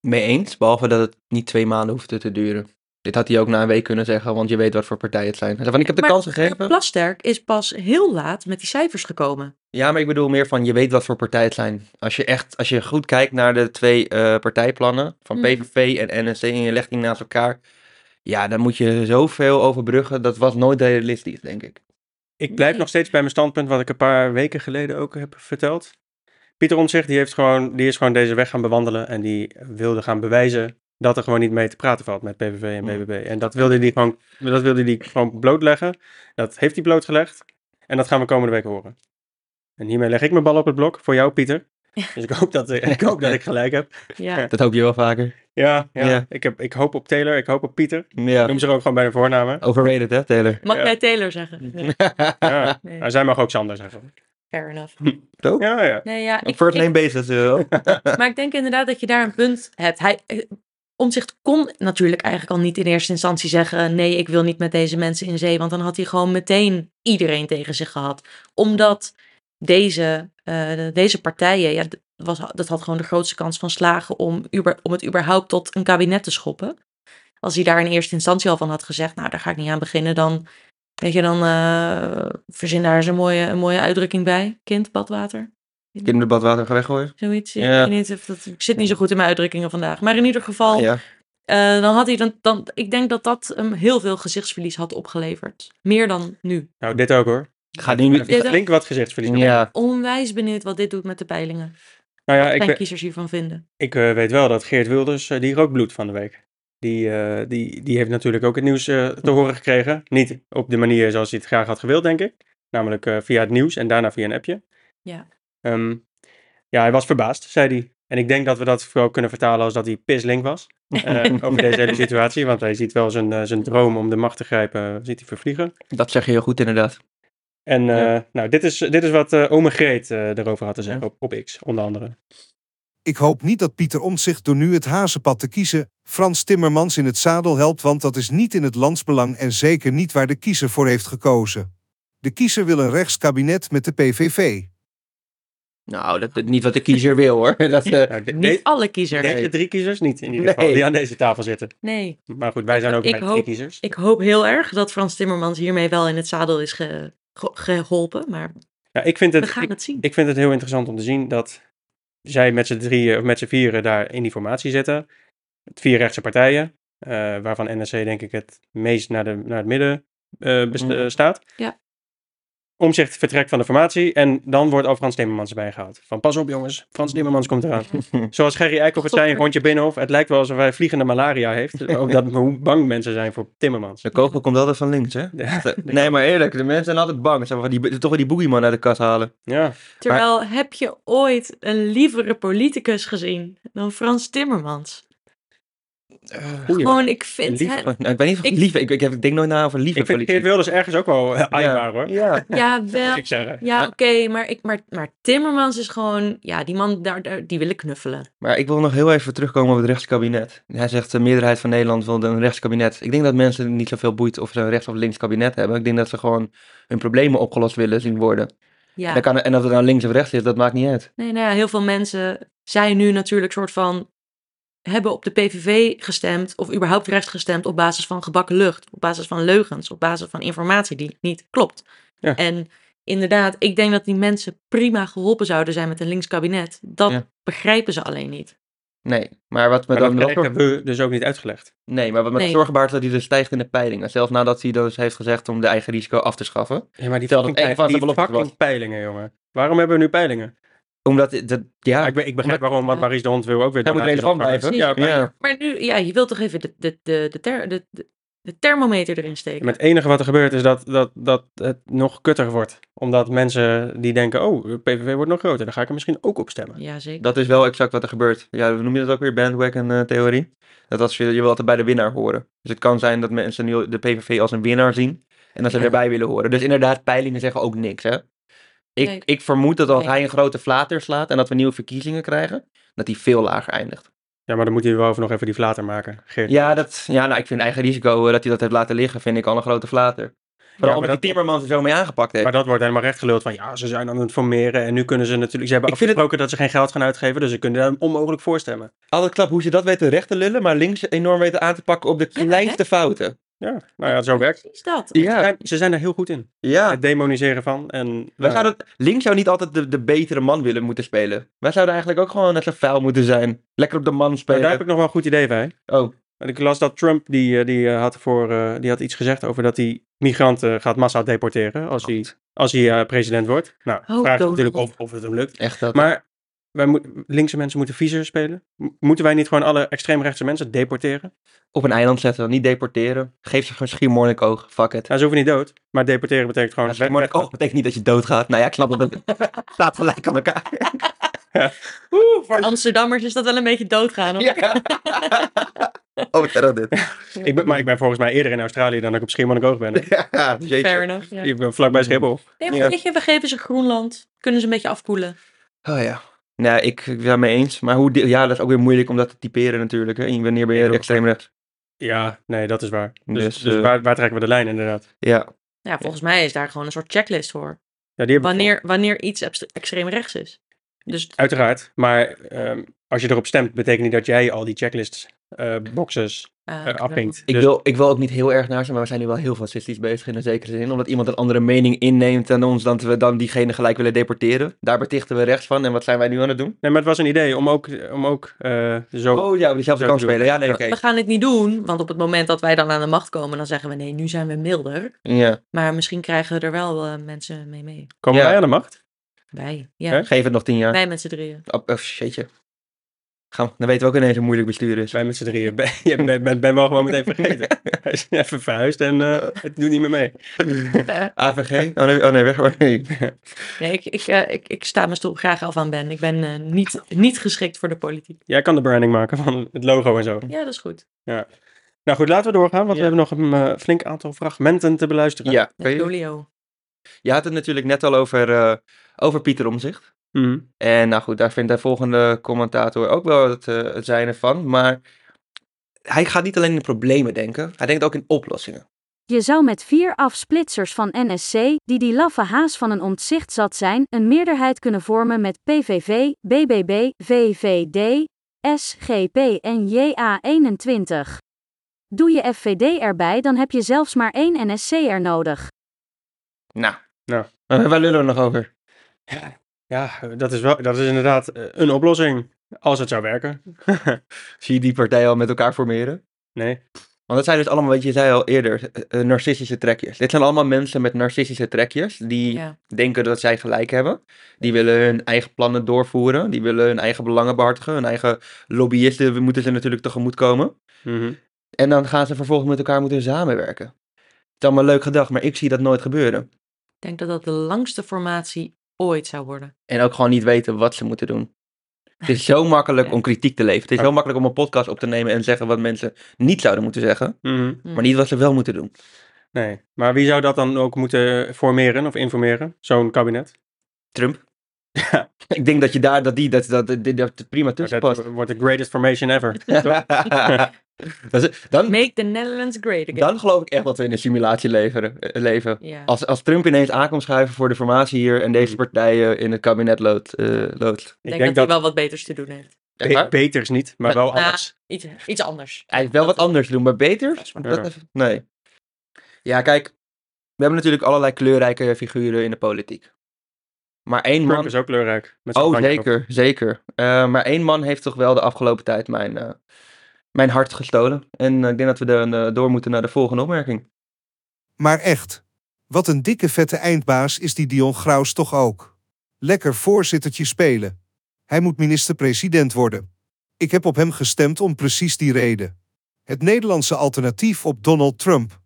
B: Mee eens, behalve dat het niet twee maanden hoefde te duren. Dit had hij ook na een week kunnen zeggen, want je weet wat voor partijen het zijn. Hij zei Van, ik heb de
C: Maar-
B: kans gegeven.
C: Plasterk is pas heel laat met die cijfers gekomen.
B: Ja, maar ik bedoel meer van, je weet wat voor partijen het zijn. Als je echt, als je goed kijkt naar de twee eh, partijplannen van
C: Mhm.
B: PVV en NSC en je legt die naast elkaar. Ja, dan moet je zoveel overbruggen. Dat was nooit realistisch, denk ik.
A: Ik blijf
C: Nee.
A: nog steeds bij mijn standpunt, wat ik een paar weken geleden ook heb verteld. Pieter Omtzigt, die, heeft gewoon, die is gewoon deze weg gaan bewandelen en die wilde gaan bewijzen dat er gewoon niet mee te praten valt met PVV en
B: Mm.
A: BBB. En dat wilde hij gewoon, dat wilde die gewoon blootleggen. Dat heeft hij blootgelegd en dat gaan we komende week horen. En hiermee leg ik mijn bal op het blok voor jou, Pieter. Dus ik hoop dat, ik, hoop dat ik gelijk heb.
C: Ja,
B: Dat hoop je wel vaker.
A: Ja, ja.
B: Ja.
A: Ik, heb, ik hoop op Taylor, ik hoop op Pieter.
B: Ja,
A: Noem ze er ook gewoon bij de voornamen.
B: overrated hè, Taylor?
C: mag
A: Ja.
C: jij Taylor zeggen?
A: Ja.
C: Nee,
A: Maar zij mag ook Sander zeggen.
C: fair enough.
B: Toch?
A: Ja, ja.
C: Nee, ja, ik,
B: First
C: ik-
B: name basis. eh.
C: maar ik denk inderdaad dat je daar een punt hebt. Hij, eh, Omtzigt kon natuurlijk eigenlijk al niet in eerste instantie zeggen... nee, ik wil niet met deze mensen in zee. Want dan had hij gewoon meteen iedereen tegen zich gehad. Omdat deze, eh, deze partijen... Ja, d- was, dat had gewoon de grootste kans van slagen... om, uber- om het überhaupt tot een kabinet te schoppen. Als hij daar in eerste instantie al van had gezegd, nou, daar ga ik niet aan beginnen, dan, weet je, dan eh, verzin daar eens een mooie, een mooie uitdrukking bij. Kind, badwater,
B: Kinderbadwater gaan weggooien.
C: zoiets. Ik,
B: Ja.
C: weet niet of dat, ik zit niet zo goed in mijn uitdrukkingen vandaag. Maar in ieder
A: Oh.
C: geval,
B: Ja.
C: eh, dan had hij dan, dan, ik denk dat dat hem heel veel gezichtsverlies had opgeleverd. Meer dan nu.
A: Nou, dit ook hoor.
B: Ga nu...
C: Ja, dat-
A: Flink wat gezichtsverlies.
B: Ja,
C: Onwijs benieuwd wat dit doet met de peilingen.
A: Nou ja,
C: Wat
A: ik,
C: zijn
A: ben-
C: kiezers hiervan vinden.
A: ik eh, weet wel dat Geert Wilders, eh, die rook bloed van de week. Die, eh, die, die heeft natuurlijk ook het nieuws eh, te horen gekregen. Niet op de manier zoals hij het graag had gewild, denk ik. Namelijk eh, via het nieuws en daarna via een appje.
C: Ja.
A: Ehm, ja, hij was verbaasd, zei hij. En ik denk dat we dat vooral kunnen vertalen als dat hij pislink was. eh, over deze hele situatie. Want hij ziet wel zijn, eh, zijn droom om de macht te grijpen, eh, ziet hij vervliegen.
B: dat zeg je heel goed inderdaad.
A: En
B: Ja.
A: eh, nou, dit is, dit is wat eh ome Greet eh, erover had te zeggen op, op X, onder andere.
G: Ik hoop niet dat Pieter Omtzigt door nu het hazenpad te kiezen Frans Timmermans in het zadel helpt, want dat is niet in het landsbelang en zeker niet waar de kiezer voor heeft gekozen. De kiezer wil een rechtskabinet met de PVV.
B: Nou, dat, dat- niet wat de kiezer wil hoor. Dat, eh,
A: Nou, de-
C: Niet
A: de-
C: alle kiezers.
A: deze drie kiezers niet, in ieder geval,
B: Nee.
A: die aan deze tafel zitten.
C: Nee.
A: Maar goed, wij zijn ook
C: Ik
A: met drie
C: hoop-
A: kiezers.
C: Ik hoop heel erg dat Frans Timmermans hiermee wel in het zadel is ge- ge- geholpen. Maar
A: Ja, ik, vind
C: we
A: het,
C: gaan
A: ik,
C: het zien.
A: ik vind het heel interessant om te zien dat zij met z'n drieën of met z'n vieren daar in die formatie zitten. Het vier rechtse partijen, eh, waarvan NSC denk ik het meest naar, de, naar het midden eh, best-
B: Mm.
A: eh, staat.
C: Ja.
A: Omzicht vertrekt van de formatie en dan wordt al Frans Timmermans erbij gehaald. Van pas op jongens, Frans Timmermans komt eraan. Zoals Gerry Eikhoff het zei in Rondje Binnenhof, het lijkt wel alsof hij vliegende malaria heeft. Ook dat hoe bang mensen zijn voor Timmermans.
B: de kogel komt altijd van links, hè? eh,
A: Ja,
B: Nee, maar eerlijk, de mensen zijn altijd bang. Ze willen die, toch wel die boogeyman uit de kast halen.
A: ja.
C: Terwijl, heb je ooit een lievere politicus gezien dan Frans Timmermans?
A: goeie.
C: Gewoon, ik vind
B: Lief,
C: hem...
B: nou, ik ben niet of
C: Ik-
B: lief. Ik, ik, ik denk nooit na over lieve
A: Ik vind
B: politie.
A: Geert Wilders ergens ook wel eh, aaibaar hoor.
B: Ja.
C: Ja, wel.
A: Moet ik zeggen.
C: Ja, oké, maar, ik- maar, maar Timmermans is gewoon... Ja, die man, daar, daar- die wil ik knuffelen.
B: Maar ik wil nog heel even terugkomen op het rechtskabinet. Hij zegt de meerderheid van Nederland wil een rechtskabinet. Ik denk dat mensen niet zoveel boeit of ze een rechts- of links kabinet hebben. Ik denk dat ze gewoon hun problemen opgelost willen zien worden.
C: Ja.
B: En, dan kan, en of het nou links of rechts is, dat maakt niet uit.
C: Nee, nou ja, heel veel mensen zijn nu natuurlijk soort van hebben op de PVV gestemd of überhaupt rechts gestemd op basis van gebakken lucht, op basis van leugens, op basis van informatie die niet klopt.
A: Ja.
C: En inderdaad, ik denk dat die mensen prima geholpen zouden zijn met een links kabinet. Dat
B: Ja.
C: begrijpen ze alleen niet.
B: Nee, maar wat me
A: Maar
B: dan
A: dat
B: wel zorg-
A: hebben we dus ook niet uitgelegd.
B: Nee, maar wat me
C: Nee.
B: zorgen baart is dat hij dus stijgt in de peilingen. Zelfs nadat hij dus heeft gezegd om de eigen risico af te schaffen.
A: Ja, maar die
B: Stel dat
A: fucking,
B: één van
A: die
B: de beloftes
A: fucking
B: was.
A: peilingen, jongen. Waarom hebben we nu peilingen?
B: Omdat, dat, ja,
A: Ja, ik, be- ik begrijp waarom, want Maries de Hond wil ook weer...
B: Hij moet
A: donaties
B: relevant
A: oppakken.
C: blijven.
A: Ja, maar-
B: ja.
C: Maar nu, ja, je wilt toch even de, de, de, de, ter- de, de, de thermometer erin steken.
A: Met het enige wat er gebeurt is dat, dat, dat het nog kutter wordt. Omdat mensen die denken, oh, de PVV wordt nog groter, dan ga ik er misschien ook op stemmen.
C: Ja, zeker.
B: dat is wel exact wat er gebeurt. Ja, hoe noem je dat ook weer? Bandwagon-theorie. dat als je, je wil altijd bij de winnaar horen. Dus het kan zijn dat mensen nu de PVV als een winnaar zien. En dat ze
C: Ja.
B: erbij willen horen. Dus inderdaad, peilingen zeggen ook niks, hè? Ik,
C: Nee.
B: ik vermoed dat als
C: Nee.
B: hij een grote flater slaat en dat we nieuwe verkiezingen krijgen, dat hij veel lager eindigt.
A: Ja, maar dan moet hij wel even nog even die flater maken, Geert.
B: Ja, dat, ja nou, ik vind eigen risico eh, dat hij dat heeft laten liggen, vind ik al een grote flater. Vooral
A: maar
B: omdat
A: dat-
B: die Timmermans er zo mee aangepakt heeft.
A: Maar dat wordt helemaal recht geluld van, ja, ze zijn aan het formeren en nu kunnen ze natuurlijk... Ze hebben
B: Ik vind het-
A: afgesproken dat ze geen geld gaan uitgeven, dus ze kunnen daar onmogelijk voor stemmen.
B: Altijd klap hoe ze dat weten recht te lullen, maar links enorm weten aan te pakken op de
C: Ja,
B: kleinste fouten.
A: Ja, nou ja, zo werkt het.
C: Precies dat.
A: Ze
B: Ja,
A: zijn- Ze zijn er heel goed in.
B: ja.
A: Het demoniseren van en...
B: Wij
A: nou,
B: zouden, links zou niet altijd de, de betere man willen moeten spelen. Wij zouden eigenlijk ook gewoon net zo vuil moeten zijn. Lekker op de man
A: nou,
B: spelen.
A: daar heb ik nog wel een goed idee bij.
B: Oh,
A: Want Ik las dat Trump, die, eh, die, eh, had, voor, eh, die had iets gezegd over dat hij migranten gaat massaal deporteren als hij, als hij eh, president wordt. Nou,
C: Oh,
A: vraag is
C: Donald
A: natuurlijk
C: Trump.
A: of, of het hem lukt.
B: echt dat.
A: Maar wij moet, linkse mensen moeten viezer spelen. M- moeten wij niet gewoon alle extreemrechtse mensen deporteren?
B: op een eiland zetten, niet deporteren. Geef ze gewoon schiermonnikoog. Fuck it.
A: Ja, ze hoeven niet dood, maar deporteren betekent gewoon...
B: Ja, schiermonnikoog betekent niet dat je doodgaat. Nou ja, ik snap dat het staat gelijk aan elkaar.
C: Voor Amsterdammers is dat wel een beetje doodgaan. hoor.
B: Ja. Oh, wat erg dit.
A: ik ben, maar ik ben volgens mij eerder in Australië dan dat ik op Schiermonnikoog ben.
B: Ja,
C: Fair
B: jeetje.
C: enough. Ja.
A: Ik ben vlakbij Schiphol.
C: Nee, maar
B: Ja.
C: weet je, we geven ze Groenland. Kunnen ze een beetje afkoelen.
B: Oh ja. Nou, ik ik ben het mee eens. Maar hoe, di- ja, dat is ook weer moeilijk om dat te typeren natuurlijk. Hè. Wanneer ben je
A: Ik ook.
B: extreem rechts?
A: Ja, nee, dat is waar. Dus,
B: Dus,
A: dus,
B: eh,
A: waar, waar trekken we de lijn inderdaad?
B: Ja.
C: Ja, volgens mij is daar gewoon een soort checklist voor.
A: Ja, die hebben we
C: Wanneer, wanneer iets abst- extreem rechts is. Dus
A: Uiteraard, maar ehm, als je erop stemt, betekent niet dat jij al die checklists eh, boxes
C: eh,
A: eh, afvinkt.
B: Ik,
A: Dus-
B: wil, ik wil ook niet heel erg naar zijn, maar we zijn nu wel heel fascistisch bezig in een zekere zin. Omdat iemand een andere mening inneemt dan ons, dat we dan diegene gelijk willen deporteren. Daar betichten we rechts van. En wat zijn wij nu aan het doen?
A: Nee, maar het was een idee om ook, om ook eh, zo...
B: Oh ja, op diezelfde
A: Zo
B: kant
A: te doen.
B: spelen. Ja, nee, oké.
C: We gaan dit niet doen, want op het moment dat wij dan aan de macht komen, dan zeggen we nee, nu zijn we milder.
B: Ja.
C: Maar misschien krijgen er wel eh, mensen mee mee.
A: Komen
B: Ja.
A: wij aan de macht?
C: Wij, ja.
A: Hè?
B: Geef het nog tien jaar.
C: Wij met z'n drieën.
B: Oh, oh, shitje. Gaan we- dan weten we ook ineens hoe moeilijk bestuur is.
A: Wij met z'n drieën. Ben, je bent ben, ben wel gewoon meteen vergeten. Hij is even verhuisd en eh, het doet niet meer mee.
B: AVG? Oh nee, oh, nee weg. maar nee.
C: Nee, ik, ik, eh, ik, ik sta mijn stoel graag af aan Ben. Ik ben eh, niet, niet geschikt voor de politiek.
A: Jij kan de branding maken van het logo en zo.
C: Ja, dat is goed.
A: Nou goed, laten we doorgaan, want we
B: Ja.
A: hebben nog een eh, flink aantal fragmenten te beluisteren.
B: Ja,
C: Net
B: kan je,
C: Jolio.
B: je had het natuurlijk net al over, eh, over Pieter Omzicht.
A: Mhm.
B: En nou goed, daar vindt de volgende commentator ook wel het, eh, het zijne van. Maar hij gaat niet alleen in problemen denken, hij denkt ook in oplossingen.
H: Je zou met vier afsplitsers van NSC, die die laffe haas van een ontzicht zat zijn, een meerderheid kunnen vormen met PVV, BBB, VVD, SGP en JA21. Doe je FVD erbij, dan heb je zelfs maar één NSC'er nodig.
B: Nou,
A: Nou.
B: Eh, waar lullen we nog over?
A: Ja, dat is, wel, dat is inderdaad eh, een oplossing. Als het zou werken.
B: Zie je die partijen al met elkaar formeren?
A: Nee.
B: Want dat zijn dus allemaal, wat je zei al eerder, eh, eh, narcistische trekjes. Dit zijn allemaal mensen met narcistische trekjes die
C: Ja.
B: denken dat zij gelijk hebben. Die willen hun eigen plannen doorvoeren, die willen hun eigen belangen behartigen, hun eigen lobbyisten we moeten ze natuurlijk tegemoetkomen.
A: Mhm.
B: En dan gaan ze vervolgens met elkaar moeten samenwerken. Het is allemaal leuk gedacht, maar ik zie dat nooit gebeuren.
C: Ik denk dat dat de langste formatie ooit zou worden.
B: En ook gewoon niet weten wat ze moeten doen. Het is zo makkelijk om kritiek te leveren. Het is zo makkelijk om een podcast op te nemen en zeggen wat mensen niet zouden moeten zeggen,
A: Mhm.
B: maar niet wat ze wel moeten doen.
A: Nee. Maar wie zou dat dan ook moeten formeren of informeren? Zo'n kabinet?
B: Trump. ik denk dat je daar dat die dat dat, dat, dat, dat prima tussen
A: Dat
B: past.
A: wordt de greatest formation ever.
B: Dat is- dan,
C: Make the Netherlands great again.
B: dan geloof ik echt Hm. dat we in een simulatie leveren, eh, leven.
C: Ja.
B: Als, als Trump ineens aankomt schuiven voor de formatie hier en
A: Mm.
B: deze partijen in het kabinet loodt. eh, loodt.
C: Ik denk, dat, hij wel wat beters te doen heeft.
A: Be- beters niet, maar wel
C: Nou,
A: anders.
C: iets, iets anders.
B: Hij heeft wel wat anders doen, maar beter? Dat even- nee. Ja, kijk, we hebben natuurlijk allerlei kleurrijke figuren in de politiek. Maar één
A: Trump
B: man...
A: is ook kleurrijk. met zijn
B: Oh,
A: bandje op.
B: zeker, zeker. Eh, maar één man heeft toch wel de afgelopen tijd mijn, eh, mijn hart gestolen. En eh, ik denk dat we dan eh, door moeten naar de volgende opmerking.
G: Maar echt. Wat een dikke vette eindbaas is die Dion Graus toch ook. Lekker voorzittertje spelen. Hij moet minister-president worden. Ik heb op hem gestemd om precies die reden. Het Nederlandse alternatief op Donald Trump.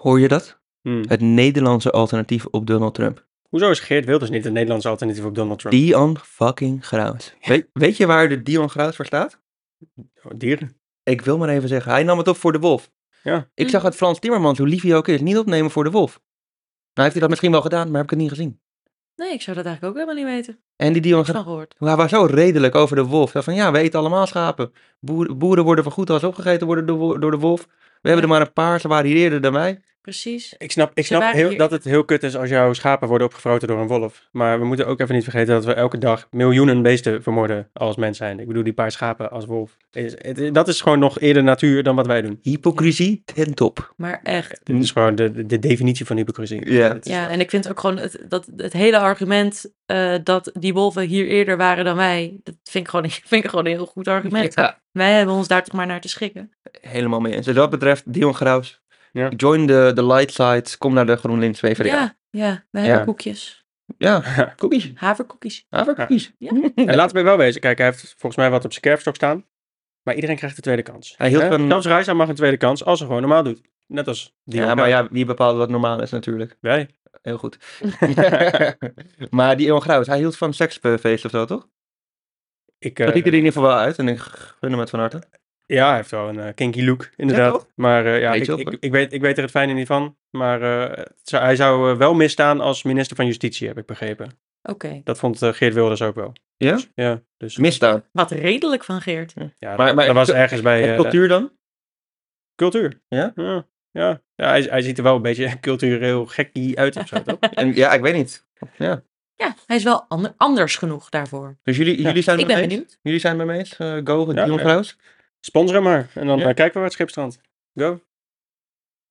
B: Hoor je dat?
A: Hmm.
B: Het Nederlandse alternatief op Donald Trump.
A: Hoezo is Geert Wilders niet het Nederlandse alternatief op Donald Trump?
B: Dion fucking Graus. Weet, weet je waar de Dion Graus voor staat?
A: Oh, dieren.
B: Ik wil maar even zeggen, hij nam het op voor de wolf.
A: Ja.
B: Ik zag het Frans Timmermans, hoe lief hij ook is, niet opnemen voor de wolf. Nou heeft hij dat misschien wel gedaan, maar heb ik het niet gezien.
C: Nee, ik zou dat eigenlijk ook helemaal niet weten.
B: En die Dion,
C: Ik heb
B: Gra-
C: van gehoord.
B: hij was zo redelijk over de wolf. Hij Van ja, we eten allemaal schapen. Boer- boeren worden vergoed als ze opgegeten worden door, wo- door de wolf. We hebben er maar een paar, ze waren hier eerder dan wij.
C: Precies.
A: Ik snap, ik
C: Ze
A: snap
C: waren
A: heel,
C: hier-
A: dat het heel kut is als jouw schapen worden opgefroten door een wolf. Maar we moeten ook even niet vergeten dat we elke dag miljoenen beesten vermoorden als mens zijn. Ik bedoel, die paar schapen als wolf. Is, het- dat is gewoon nog eerder natuur dan wat wij doen.
B: Hypocrisie ten top.
C: Maar echt.
A: Dit is gewoon de, de- de definitie van hypocrisie.
B: Mm. Ja.
A: Het is-
C: Ja, en ik vind ook gewoon het, dat, het hele argument eh, dat die wolven hier eerder waren dan wij. Dat vind ik gewoon, vind ik gewoon een heel goed argument.
B: Ja,
C: Wij hebben ons daar toch maar naar te schikken.
B: helemaal mee eens. Dus wat betreft Dion Graus,
A: Ja.
B: join de, de light side, kom naar de GroenLinks PvdA. Ja,
C: Ja, ja wij
B: Ja.
C: hebben koekjes.
B: ja. cookies.
C: Haverkoekjes.
B: Havercookies.
A: En laten we wel wezen, kijk, hij heeft volgens mij wat op zijn kerfstok staan. Maar iedereen krijgt een tweede kans.
B: Hij hield
A: Hè?
B: van-
A: Zelfs Reisa mag een tweede kans als ze gewoon normaal doet. Net als die
B: Ja, maar ja, wie bepaalt wat normaal is natuurlijk.
A: wij.
B: Heel goed. maar die Eon Graus, hij hield van seksfeest of zo, toch?
A: Ik,
B: Dat
A: eh,
B: liet er in ieder geval wel uit en ik gun hem het van harte.
A: ja, hij heeft wel een eh, kinky look, inderdaad.
B: toch?
A: maar eh, ja,
B: Weet
A: ik,
B: je wel,
A: ik,
B: hoor.
A: ik, weet, ik weet er het fijne niet van. Maar eh, het zou- hij zou eh, wel misstaan als minister van Justitie, heb ik begrepen.
C: Oké.
A: Dat vond eh, Geert Wilders ook wel.
B: Ja?
A: Dus, ja, dus
B: Misdaad.
C: Wat redelijk van Geert.
A: ja,
B: Maar-
A: dat-
B: maar-
A: dat was ergens bij...
B: En
A: eh,
B: cultuur dan?
A: cultuur.
B: Ja?
A: Ja, ja. Ja, hij, hij ziet er wel een beetje cultureel gekkie uit of zo, toch?
B: En, ja, ik weet niet. Ja.
C: Ja, hij is wel ander- anders genoeg daarvoor.
B: Dus jullie, jullie zijn
C: Ik
B: het
C: ben
B: mee eens?
C: benieuwd.
B: Jullie zijn het mee eens? Eh, go,
A: Ja,
B: Dion
A: ja.
B: Graus?
A: Sponsoren maar. En dan
B: Ja.
A: eh, kijken we waar het schip strandt. Go.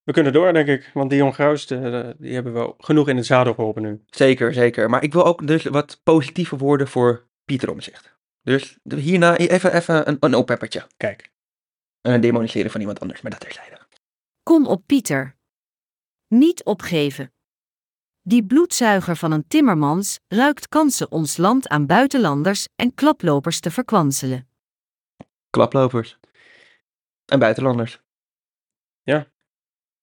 A: We kunnen door, denk ik. Want die Graus, eh, die hebben wel genoeg in het zadel geholpen nu.
B: Zeker, zeker. Maar ik wil ook dus wat positieve woorden voor Pieter Omzicht. Dus de- hierna e- even, even een, een oppeppertje.
A: Kijk.
B: En een demoniseren van iemand anders, maar dat terzijde.
I: Kom op, Pieter. Niet opgeven. Die bloedzuiger van een timmermans ruikt kansen ons land aan buitenlanders en klaplopers te verkwanselen.
B: Klaplopers. En buitenlanders.
A: Ja.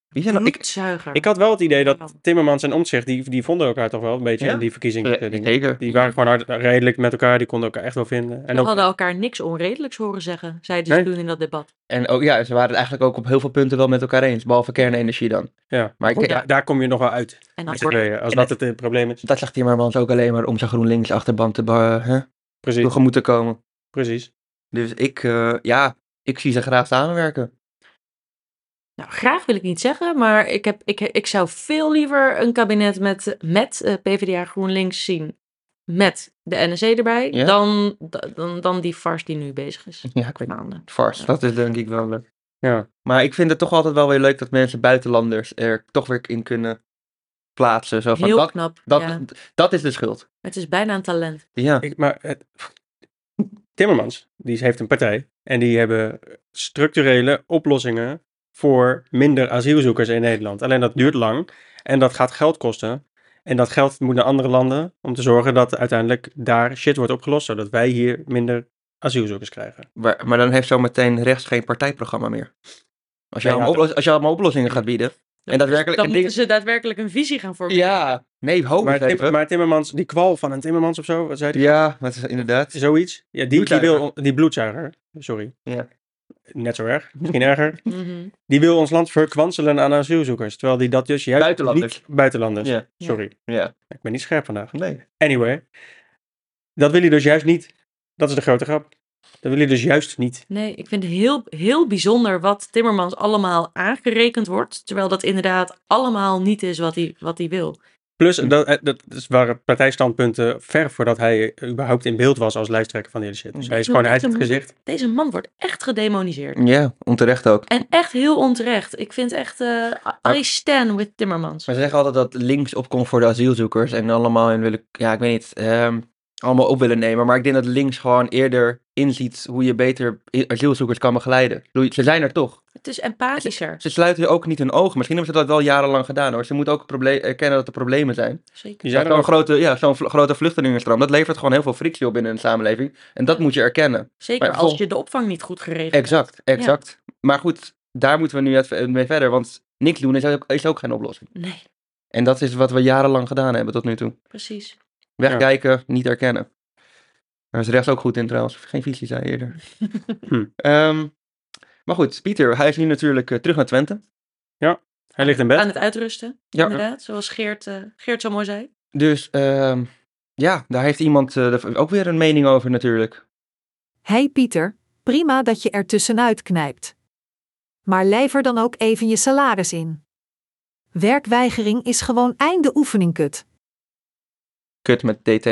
B: Wie zijn dat? Ik,
C: Bloedzuiger.
A: Ik had wel het idee dat Timmermans en Omtzigt, die, die vonden elkaar toch wel een beetje
B: Ja?
A: in die verkiezingen.
B: eh, zeker.
A: Die waren gewoon hard, redelijk met elkaar, die konden elkaar echt wel vinden. En
C: We
A: ook,
C: hadden elkaar niks onredelijks horen zeggen, zeiden ze
A: Nee.
C: toen in dat debat.
B: En ook, ja, ze waren het eigenlijk ook op heel veel punten wel met elkaar eens. Behalve kernenergie dan.
A: ja.
B: Maar
A: maar
B: ik- ja.
A: daar, daar kom je nog wel uit,
C: En dan
A: met z'n tweeën, als
B: en
A: dat Nou, het eh, probleem is.
B: Dat zag Timmermans ook alleen maar om zijn GroenLinks achterban te ba- hè,
A: Precies,
B: tegemoet te komen.
A: precies.
B: Dus ik, eh, ja, ik zie ze graag samenwerken.
C: Nou, graag wil ik niet zeggen, maar ik, heb, ik, ik zou veel liever een kabinet met, met eh, PvdA GroenLinks zien. Met de NSC erbij,
B: Ja.
C: dan, dan, dan die farce die nu bezig is.
B: Ja, ik weet niet.
C: Maanden.
B: Vars, dat is denk ik wel leuk.
A: Ja.
B: Maar ik vind het toch altijd wel weer leuk dat mensen buitenlanders er toch weer in kunnen plaatsen. Zo van,
C: Heel
B: dat,
C: knap.
B: dat,
C: ja.
B: dat is de schuld.
C: Het is bijna een talent.
B: Ja,
A: Ik, maar het- Timmermans, die heeft een partij. En die hebben structurele oplossingen voor minder asielzoekers in Nederland. Alleen dat duurt lang en dat gaat geld kosten. En dat geld moet naar andere landen om te zorgen dat uiteindelijk daar shit wordt opgelost. Zodat wij hier minder asielzoekers krijgen.
B: maar, maar dan heeft zometeen rechts geen partijprogramma meer. Als je,
A: Nee,
B: allemaal,
A: ja,
B: oplos- als je allemaal oplossingen gaat bieden. En daadwerkelijk...
C: Dan
B: en dingen-
C: moeten ze daadwerkelijk een visie gaan vormen.
B: Ja, nee, hoop
A: Maar,
B: eens
A: Tim-
B: even.
A: maar Timmermans, die kwal van een Timmermans of zo, wat zei hij?
B: Ja, dat is inderdaad.
A: Zoiets. Ja, die, die,
B: Bloedzuiger.
A: wil, die bloedzuiger, sorry.
B: Ja.
A: Net zo erg, misschien erger.
C: Mhm.
A: Die wil ons land verkwanselen aan asielzoekers. Terwijl die dat dus juist
B: Buitenlanders.
A: niet... Buitenlanders.
B: Ja,
A: Sorry,
B: ja.
A: ik ben niet scherp vandaag.
B: Nee.
A: Anyway, dat wil hij dus juist niet. Dat is de grote grap. Dat wil hij dus juist niet.
C: Nee, ik vind het heel, heel bijzonder wat Timmermans allemaal aangerekend wordt. Terwijl dat inderdaad allemaal niet is wat hij, wat hij wil.
A: Plus,
B: Hm.
A: dat, eh, dat is- waren partijstandpunten ver voordat hij eh, überhaupt in beeld was als lijsttrekker van de hele shit.
B: Hm.
A: Dus hij is
C: Hm.
A: gewoon uit het gezicht.
C: Deze man wordt echt gedemoniseerd.
B: Ja, onterecht ook.
C: En echt heel onterecht. Ik vind echt. eh, I stand with Timmermans.
B: Maar ze zeggen altijd dat links opkomt voor de asielzoekers en allemaal in willen, ja, ik weet niet, ehm, allemaal op willen nemen. Maar ik denk dat links gewoon eerder inziet hoe je beter i- asielzoekers kan begeleiden. Ik bedoel, Ze zijn er toch.
C: Het is empathischer.
B: Ze sluiten ook niet hun ogen. Misschien hebben ze dat wel jarenlang gedaan hoor. Ze moeten ook het probleem- erkennen dat er problemen zijn.
C: Zeker.
A: Die
B: Zo'n
A: zijn er ook.
B: grote, ja, zo'n vl- grote vluchtelingenstroom, dat levert gewoon heel veel frictie op binnen een samenleving. En dat moet je erkennen.
C: Zeker
B: Maar
C: als
B: volgens-
C: je de opvang niet goed geregeld hebt.
B: Exact, exact. Maar goed, daar moeten we nu even eh, mee verder, want niks doen is ook, is ook geen oplossing.
C: Nee,
B: En dat is wat we jarenlang gedaan hebben tot nu toe.
C: precies.
B: Wegkijken, niet herkennen. Daar is rechts ook goed in trouwens. Geen visie, zei je eerder.
A: Hm.
B: Ehm, maar goed, Pieter, hij is nu natuurlijk eh, terug naar Twente.
A: Hij ligt in
C: Aan
A: bed.
C: het uitrusten.
B: Ja.
C: Inderdaad. Zoals Geert, eh, Geert zo mooi zei.
B: Dus ehm, ja, daar heeft iemand eh, er ook weer een mening over natuurlijk.
J: Hey Pieter, prima dat je er tussenuit knijpt. Maar lijver dan ook even je salaris in. Werkweigering is gewoon einde oefening kut.
B: Kut met DT.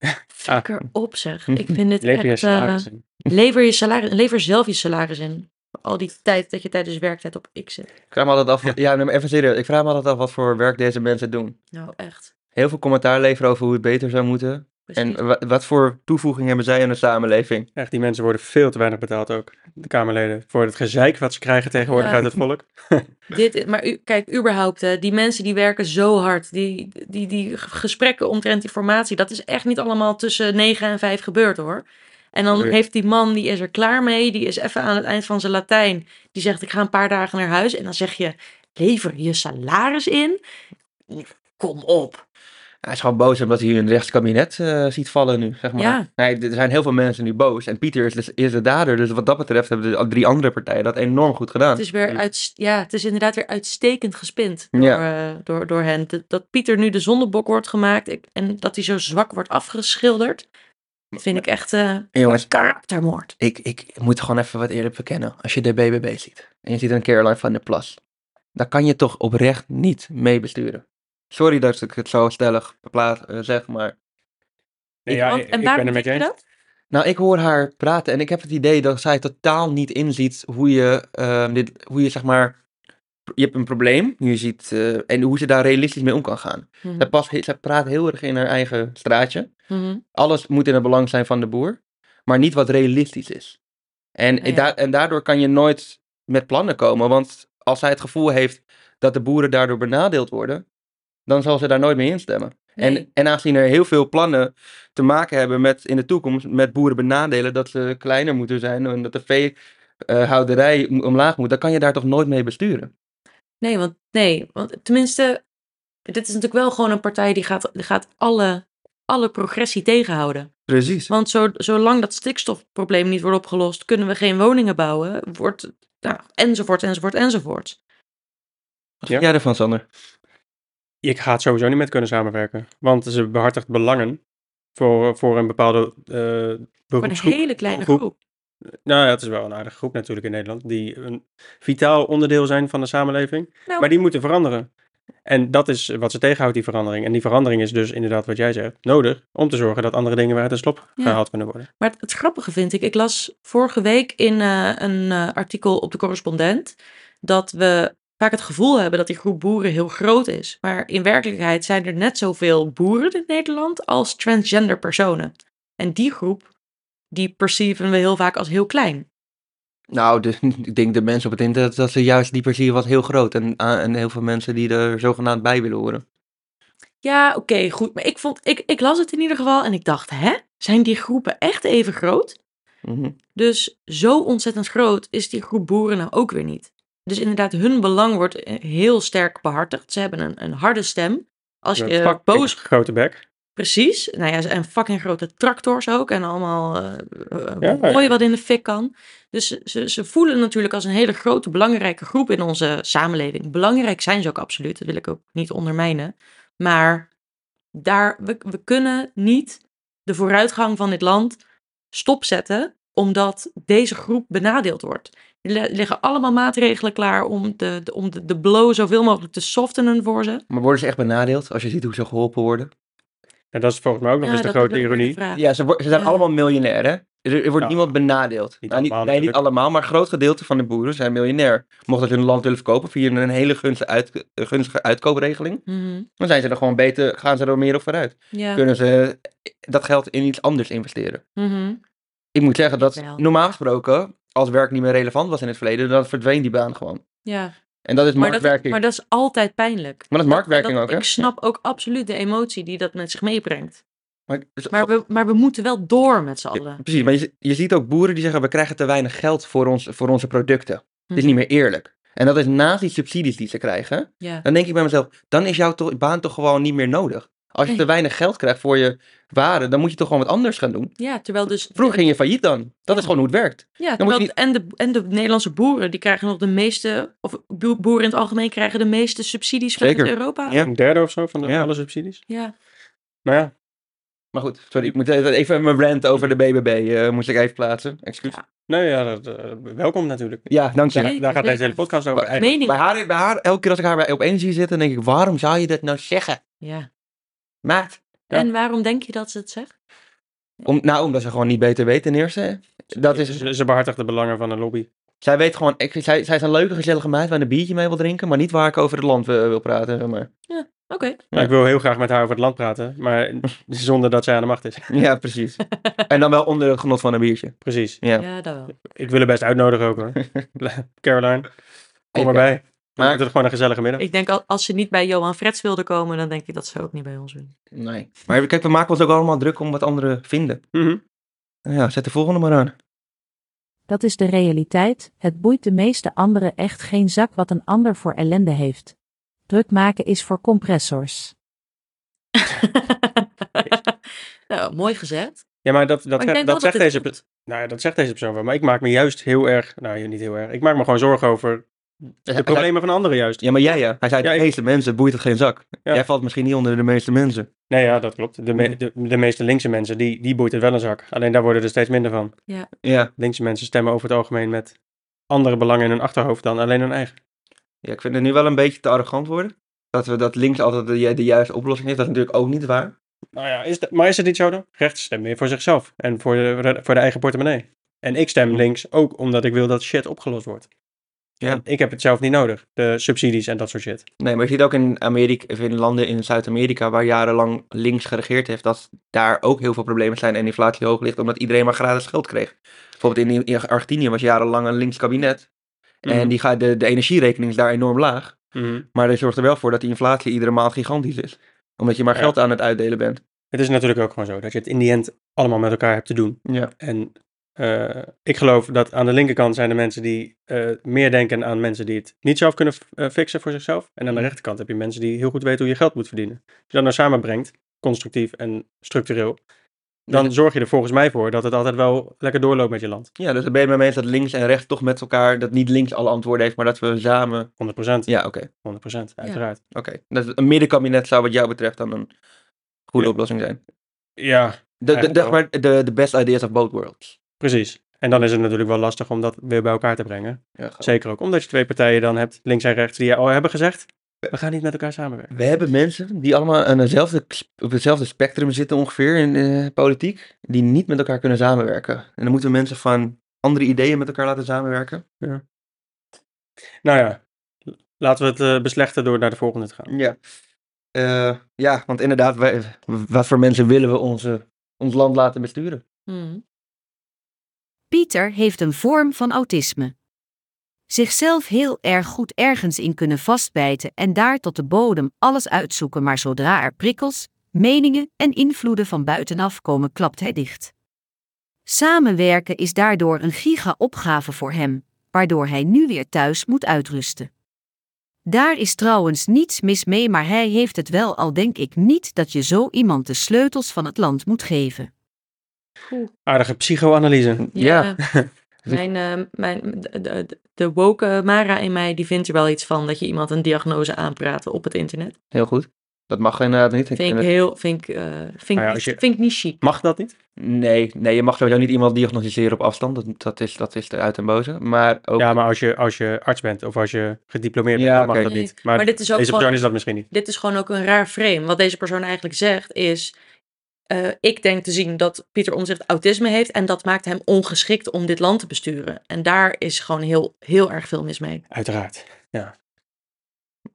B: Ah.
C: Flikker op zeg. Ik vind dit
A: Leef je
C: echt... eh,
A: salaris in.
C: lever, je salaris, lever zelf je salaris in. Al die tijd dat je tijdens werktijd op X zit.
B: Ik vraag me altijd af, ja, nee, maar even serieus. Ik vraag me altijd af wat voor werk deze mensen doen.
C: Nou, echt.
B: Heel veel commentaar leveren over hoe het beter zou moeten.
C: Precies.
B: En wa- wat voor toevoeging hebben zij aan de samenleving?
A: Echt, die mensen worden veel te weinig betaald ook. De Kamerleden. Voor het gezeik wat ze krijgen tegenwoordig
C: Ja.
A: uit het volk.
C: Dit, is- maar u, kijk, überhaupt, hè, die mensen die werken zo hard. Die, die, die gesprekken omtrent die formatie, dat is echt niet allemaal tussen 9 en 5 gebeurd hoor. En dan
B: Nee.
C: heeft die man, die is er klaar mee, die is even aan het eind van zijn Latijn. Die zegt, ik ga een paar dagen naar huis. En dan zeg je, lever je salaris in? Kom op.
B: Hij is gewoon boos omdat hij een rechtskabinet eh, ziet vallen nu, zeg maar.
C: Ja.
B: Nee, er zijn heel veel mensen nu boos. En Pieter is, dus- is de dader. Dus wat dat betreft hebben de al drie andere partijen dat enorm goed gedaan.
C: Het is, weer uit, ja, het is inderdaad weer uitstekend gespind door, eh, door, door hen. Dat- dat Pieter nu de zondebok wordt gemaakt ik- en dat hij zo zwak wordt afgeschilderd, vind ik echt eh,
B: En jongens,
C: karaktermoord.
B: ik, ik moet gewoon even wat eerlijk bekennen. Als je de BBB ziet en je ziet een Caroline van der Plas, dan kan je toch oprecht niet meebesturen. Sorry dat ik het zo stellig plaat, eh, zeg, maar
A: Nee, ja,
C: Want-
A: ik, ik ben er met je
C: zeg
A: eens.
C: dat?
B: Nou, ik hoor haar praten en ik heb het idee dat zij totaal niet inziet hoe je, ehm, dit, hoe je zeg maar, je hebt een probleem, je ziet, eh, en hoe ze daar realistisch mee om kan gaan.
C: Mhm.
B: Zij, past, he- zij praat heel erg in haar eigen straatje.
C: Mhm.
B: Alles moet in het belang zijn van de boer, maar niet wat realistisch is. En,
C: Ah, ja.
B: da- en daardoor kan je nooit met plannen komen, want als zij het gevoel heeft dat de boeren daardoor benadeeld worden, dan zal ze daar nooit mee instemmen. En,
C: Nee.
B: en aangezien er heel veel plannen te maken hebben met in de toekomst met boeren benadelen dat ze kleiner moeten zijn en dat de veehouderij m- omlaag moet, dan kan je daar toch nooit mee besturen.
C: Nee, want nee, want tenminste, dit is natuurlijk wel gewoon een partij die gaat, die gaat alle, alle progressie tegenhouden.
B: Precies.
C: Want zo, zolang dat stikstofprobleem niet wordt opgelost, kunnen we geen woningen bouwen, wordt, nou, enzovoort, enzovoort, enzovoort.
B: Wat vind jij ervan, Sander?
A: Ik ga het sowieso niet met kunnen samenwerken. Want ze behartigt belangen voor, voor een bepaalde eh
C: Voor een
A: beroepsgroep.
C: hele kleine
A: groep.
C: groep.
A: Nou ja, het is wel een aardige groep natuurlijk in Nederland. Die een vitaal onderdeel zijn van de samenleving.
C: Nou.
A: Maar die moeten veranderen. En dat is wat ze tegenhoudt, die verandering. En die verandering is dus inderdaad wat jij zegt, nodig om te zorgen dat andere dingen weer uit de slop
C: Ja.
A: gehaald kunnen worden.
C: Maar het, het grappige vind ik, ik las vorige week in eh, een eh, artikel op de correspondent dat we vaak het gevoel hebben dat die groep boeren heel groot is. Maar in werkelijkheid zijn er net zoveel boeren in Nederland als transgender personen. En die groep, die perceiven we heel vaak als heel klein.
B: Nou, de- ik denk de mensen op het internet dat ze juist die plezier was heel groot en, a- en heel veel mensen die er zogenaamd bij willen horen.
C: Ja, oké, goed. Maar ik, vond, ik, ik las het in ieder geval en ik dacht, hè? Zijn die groepen echt even groot?
B: Mhm.
C: Dus zo ontzettend groot is die groep boeren nou ook weer niet. Dus inderdaad, hun belang wordt eh, heel sterk behartigd. Ze hebben een, een harde stem. Als je
A: Een
C: eh,
A: fucking
C: boos...
A: grote bek.
C: Precies. Nou ja, en fucking grote tractors ook. En allemaal eh eh,
A: Ja, ja.
C: hooi wat in de fik kan. Dus ze- ze, ze voelen natuurlijk als een hele grote belangrijke groep in onze samenleving. Belangrijk zijn ze ook absoluut. Dat wil ik ook niet ondermijnen. Maar daar, we, we kunnen niet de vooruitgang van dit land stopzetten omdat deze groep benadeeld wordt. Er li- liggen allemaal maatregelen klaar om de, de- om de, de blow zoveel mogelijk te softenen voor ze.
B: Maar worden ze echt benadeeld als je ziet hoe ze geholpen worden?
A: En dat is volgens mij ook nog
C: Ja,
A: eens de
C: dat
A: grote
C: is ook weer de
A: ironie.
C: vraag.
B: Ja, ze, wo- ze zijn
C: Ja.
B: allemaal miljonair, hè? Er, er wordt
A: Ja.
B: niemand benadeeld.
A: Niet
B: Nou,
A: allemaal
B: nee, niet
A: natuurlijk.
B: allemaal, maar een groot gedeelte van de boeren zijn miljonair. Mocht dat hun land willen verkopen via een hele gunstige, uit- gunstige uitkoopregeling,
C: Mhm,
B: dan zijn ze er gewoon beter, gaan ze er meer op vooruit.
C: ja.
B: Kunnen ze eh, dat geld in iets anders investeren.
C: mhm.
B: Ik moet zeggen dat
C: Wel.
B: normaal gesproken, als werk niet meer relevant was in het verleden, dan verdween die baan gewoon.
C: Ja,
B: En dat is
C: maar dat,
B: marktwerking.
C: maar dat is altijd pijnlijk.
B: Maar dat is marktwerking ook, hè?
C: Ik snap ook absoluut de emotie die dat met zich meebrengt.
B: Maar- dus-
C: Maar we, maar we moeten wel door met z'n allen.
B: Precies, maar je, je ziet ook boeren die zeggen, we krijgen te weinig geld voor, ons, voor onze producten. Het is
C: Mhm.
B: niet meer eerlijk. En dat is naast die subsidies die ze krijgen.
C: Ja.
B: Dan denk ik bij mezelf, dan is jouw to- baan toch gewoon niet meer nodig. Als je
C: Nee.
B: te weinig geld krijgt voor je waren, dan moet je toch gewoon wat anders gaan doen.
C: ja, terwijl dus...
B: Vroeger ging je failliet dan. Dat is gewoon hoe het werkt.
C: Ja,
B: Dan moet je
C: terwijl, en, de, en de Nederlandse boeren, die krijgen nog de meeste... Of bo- boeren in het algemeen krijgen de meeste subsidies vanuit
B: Zeker.
C: Europa.
B: Ja.
A: Een derde of zo van de,
B: Ja.
A: alle subsidies.
C: Ja.
A: Maar ja,
B: Maar goed, sorry, ik moet even even mijn rant over de BBB eh, moest ik even plaatsen. Excuus. Ja,
A: nee, ja dat, eh, welkom natuurlijk.
B: dank je.
A: Daar,
C: Zeker,
A: daar gaat deze
C: zeker.
A: hele podcast over.
B: Wa-
A: eigenlijk.
C: Mening.
B: Bij haar, bij haar, elke keer als ik haar bij op één zie zitten, dan denk ik, waarom zou je dat nou zeggen?
C: Ja.
B: Maat. Ja.
C: En waarom denk je dat ze het zegt?
B: Om, nou, omdat ze gewoon niet beter weet ten eerste. Dat is,
A: Ze, ze behartigt de belangen van een lobby.
B: zij weet gewoon, ik, zij, zij is een leuke, gezellige meid waar een biertje mee wil drinken, maar niet waar ik over het land eh, wil praten. zeg Maar.
C: Oké.
B: Ja.
A: Ik wil heel graag met haar over het land praten, maar zonder dat zij aan de macht is.
B: Ja, precies. en dan wel onder het genot van een biertje.
A: Precies.
B: Ja.
C: Ja, dat wel.
A: Ik wil haar best uitnodigen ook hoor. Caroline, kom
B: Even-
A: maar bij. Dan
B: eh, Maar-
A: wordt het gewoon een gezellige middag.
C: Ik denk al, als ze niet bij Johan Frets wilde komen, dan denk ik dat ze ook niet bij ons willen.
B: Nee. Maar kijk, we maken ons ook allemaal druk om wat anderen vinden.
A: Mhm.
B: Nou ja, zet de volgende maar aan.
I: Dat is de realiteit, het boeit de meeste anderen echt geen zak wat een ander voor ellende heeft. Druk maken is voor compressors.
C: nou, mooi gezegd.
A: Ja, maar dat, dat,
C: Maar ik denk wel
A: dat,
C: dat
A: zegt
C: dit
A: deze,
C: klopt.
A: pe- nou ja, dat zegt deze persoon wel. Maar ik maak me juist heel erg, nou niet heel erg, ik maak me gewoon zorgen over de problemen van anderen juist.
B: Ja, maar jij ja. Hij zei,
A: Ja,
B: de
A: ik-
B: meeste mensen boeit het geen zak.
A: Ja.
B: Jij valt misschien niet onder de meeste mensen.
A: Nee, ja, dat klopt. De, me- de, de meeste linkse mensen, die, die boeit het wel een zak. Alleen daar worden er steeds minder van.
B: Ja.
A: Linkse mensen stemmen over het algemeen met andere belangen in hun achterhoofd dan alleen hun eigen.
B: ja, ik vind het nu wel een beetje te arrogant worden. Dat we dat links altijd de, ju- de juiste oplossing heeft, dat is natuurlijk ook niet waar.
A: Nou ja, is dat, maar is het niet zo dan? Rechts stemmen weer voor zichzelf en voor de, voor de eigen portemonnee. En ik stem links ook omdat ik wil dat shit opgelost wordt.
B: Ja.
A: En Ik heb het zelf niet nodig, de subsidies en dat soort shit.
B: Nee, maar je ziet ook in Amerika, of in landen in Zuid-Amerika waar jarenlang links geregeerd heeft, dat daar ook heel veel problemen zijn en inflatie hoog ligt, omdat iedereen maar gratis geld kreeg. Bijvoorbeeld in, in Argentinië was jarenlang een links kabinet. En die gaat de, de energierekening is daar enorm laag.
A: Mhm.
B: Maar dat zorgt er wel voor dat die inflatie iedere maand gigantisch is. Omdat je maar
A: Ja.
B: geld aan het uitdelen bent.
A: Het is natuurlijk ook gewoon zo dat je het in die end allemaal met elkaar hebt te doen.
B: Ja.
A: En eh, ik geloof dat aan de linkerkant zijn er mensen die eh, meer denken aan mensen die het niet zelf kunnen f- eh, fixen voor zichzelf. En aan
B: Mhm.
A: de rechterkant heb je mensen die heel goed weten hoe je geld moet verdienen. Als je dat nou samenbrengt, constructief en structureel, dan
B: Ja.
A: zorg je er volgens mij voor dat het altijd wel lekker doorloopt met je land. 100%.
B: ja, dus dan ben je met mensen dat links en rechts toch met elkaar, dat niet links alle antwoorden heeft, maar dat we samen. Ja, oké.
A: Ja. 100%, uiteraard.
B: Oké. Dat is- een middenkabinet zou wat jou betreft dan een goede
A: Ja.
B: oplossing zijn.
A: Ja,
B: De, de,
A: Eigenlijk
B: de,
A: wel.
B: maar de, de best ideas of both worlds.
A: precies. En dan is het natuurlijk wel lastig om dat weer bij elkaar te brengen.
B: Ja, gewoon.
A: Zeker ook omdat je twee partijen dan hebt, links en rechts, die al hebben gezegd, we gaan niet met elkaar samenwerken.
B: We hebben mensen die allemaal aan dezelfde, op hetzelfde spectrum zitten ongeveer in de politiek, die niet met elkaar kunnen samenwerken. En dan moeten we mensen van andere ideeën met elkaar laten samenwerken.
A: Nou ja, laten we het eh, beslechten door naar de volgende te gaan.
B: Ja. Eh, ja, want inderdaad, wij, wat voor mensen willen we onze, ons land laten besturen?
C: Hmm.
I: Pieter heeft een vorm van autisme. Zichzelf heel erg goed ergens in kunnen vastbijten en daar tot de bodem alles uitzoeken, maar zodra er prikkels, meningen en invloeden van buitenaf komen, klapt hij dicht. Samenwerken is daardoor een giga-opgave voor hem, waardoor hij nu weer thuis moet uitrusten. Daar is trouwens niets mis mee, maar hij heeft het wel al, denk ik niet dat je zo iemand de sleutels van het land moet geven.
A: Aardige psychoanalyse.
B: Ja.
C: Mijn, eh, mijn, de- de, de woke eh, Mara in mij, die vindt er wel iets van dat je iemand een diagnose aanpraat op het internet.
B: Heel goed. Dat mag inderdaad niet. Ik
C: Vind ik
B: vind
C: heel, vind ik, eh, vind,
A: Nou ja, als
C: ik niet,
A: je-
C: vind ik niet chic.
A: Mag dat niet?
B: het- nee, nee, je mag sowieso niet iemand diagnosticeren op afstand. Dat, dat, is, dat is uit en boze. Maar ook...
A: Ja, maar als je, als je arts bent of als je gediplomeerd bent,
B: Ja,
A: dan mag
B: oké.
A: dat niet. Maar,
C: Maar, dit is ook
A: deze
C: gewoon,
A: persoon is dat misschien niet.
C: dit is gewoon ook een raar frame. Wat deze persoon eigenlijk zegt is, eh, ik denk te zien dat Pieter Omzicht autisme heeft en dat maakt hem ongeschikt om dit land te besturen. En daar is gewoon heel, heel erg veel mis mee.
A: Uiteraard.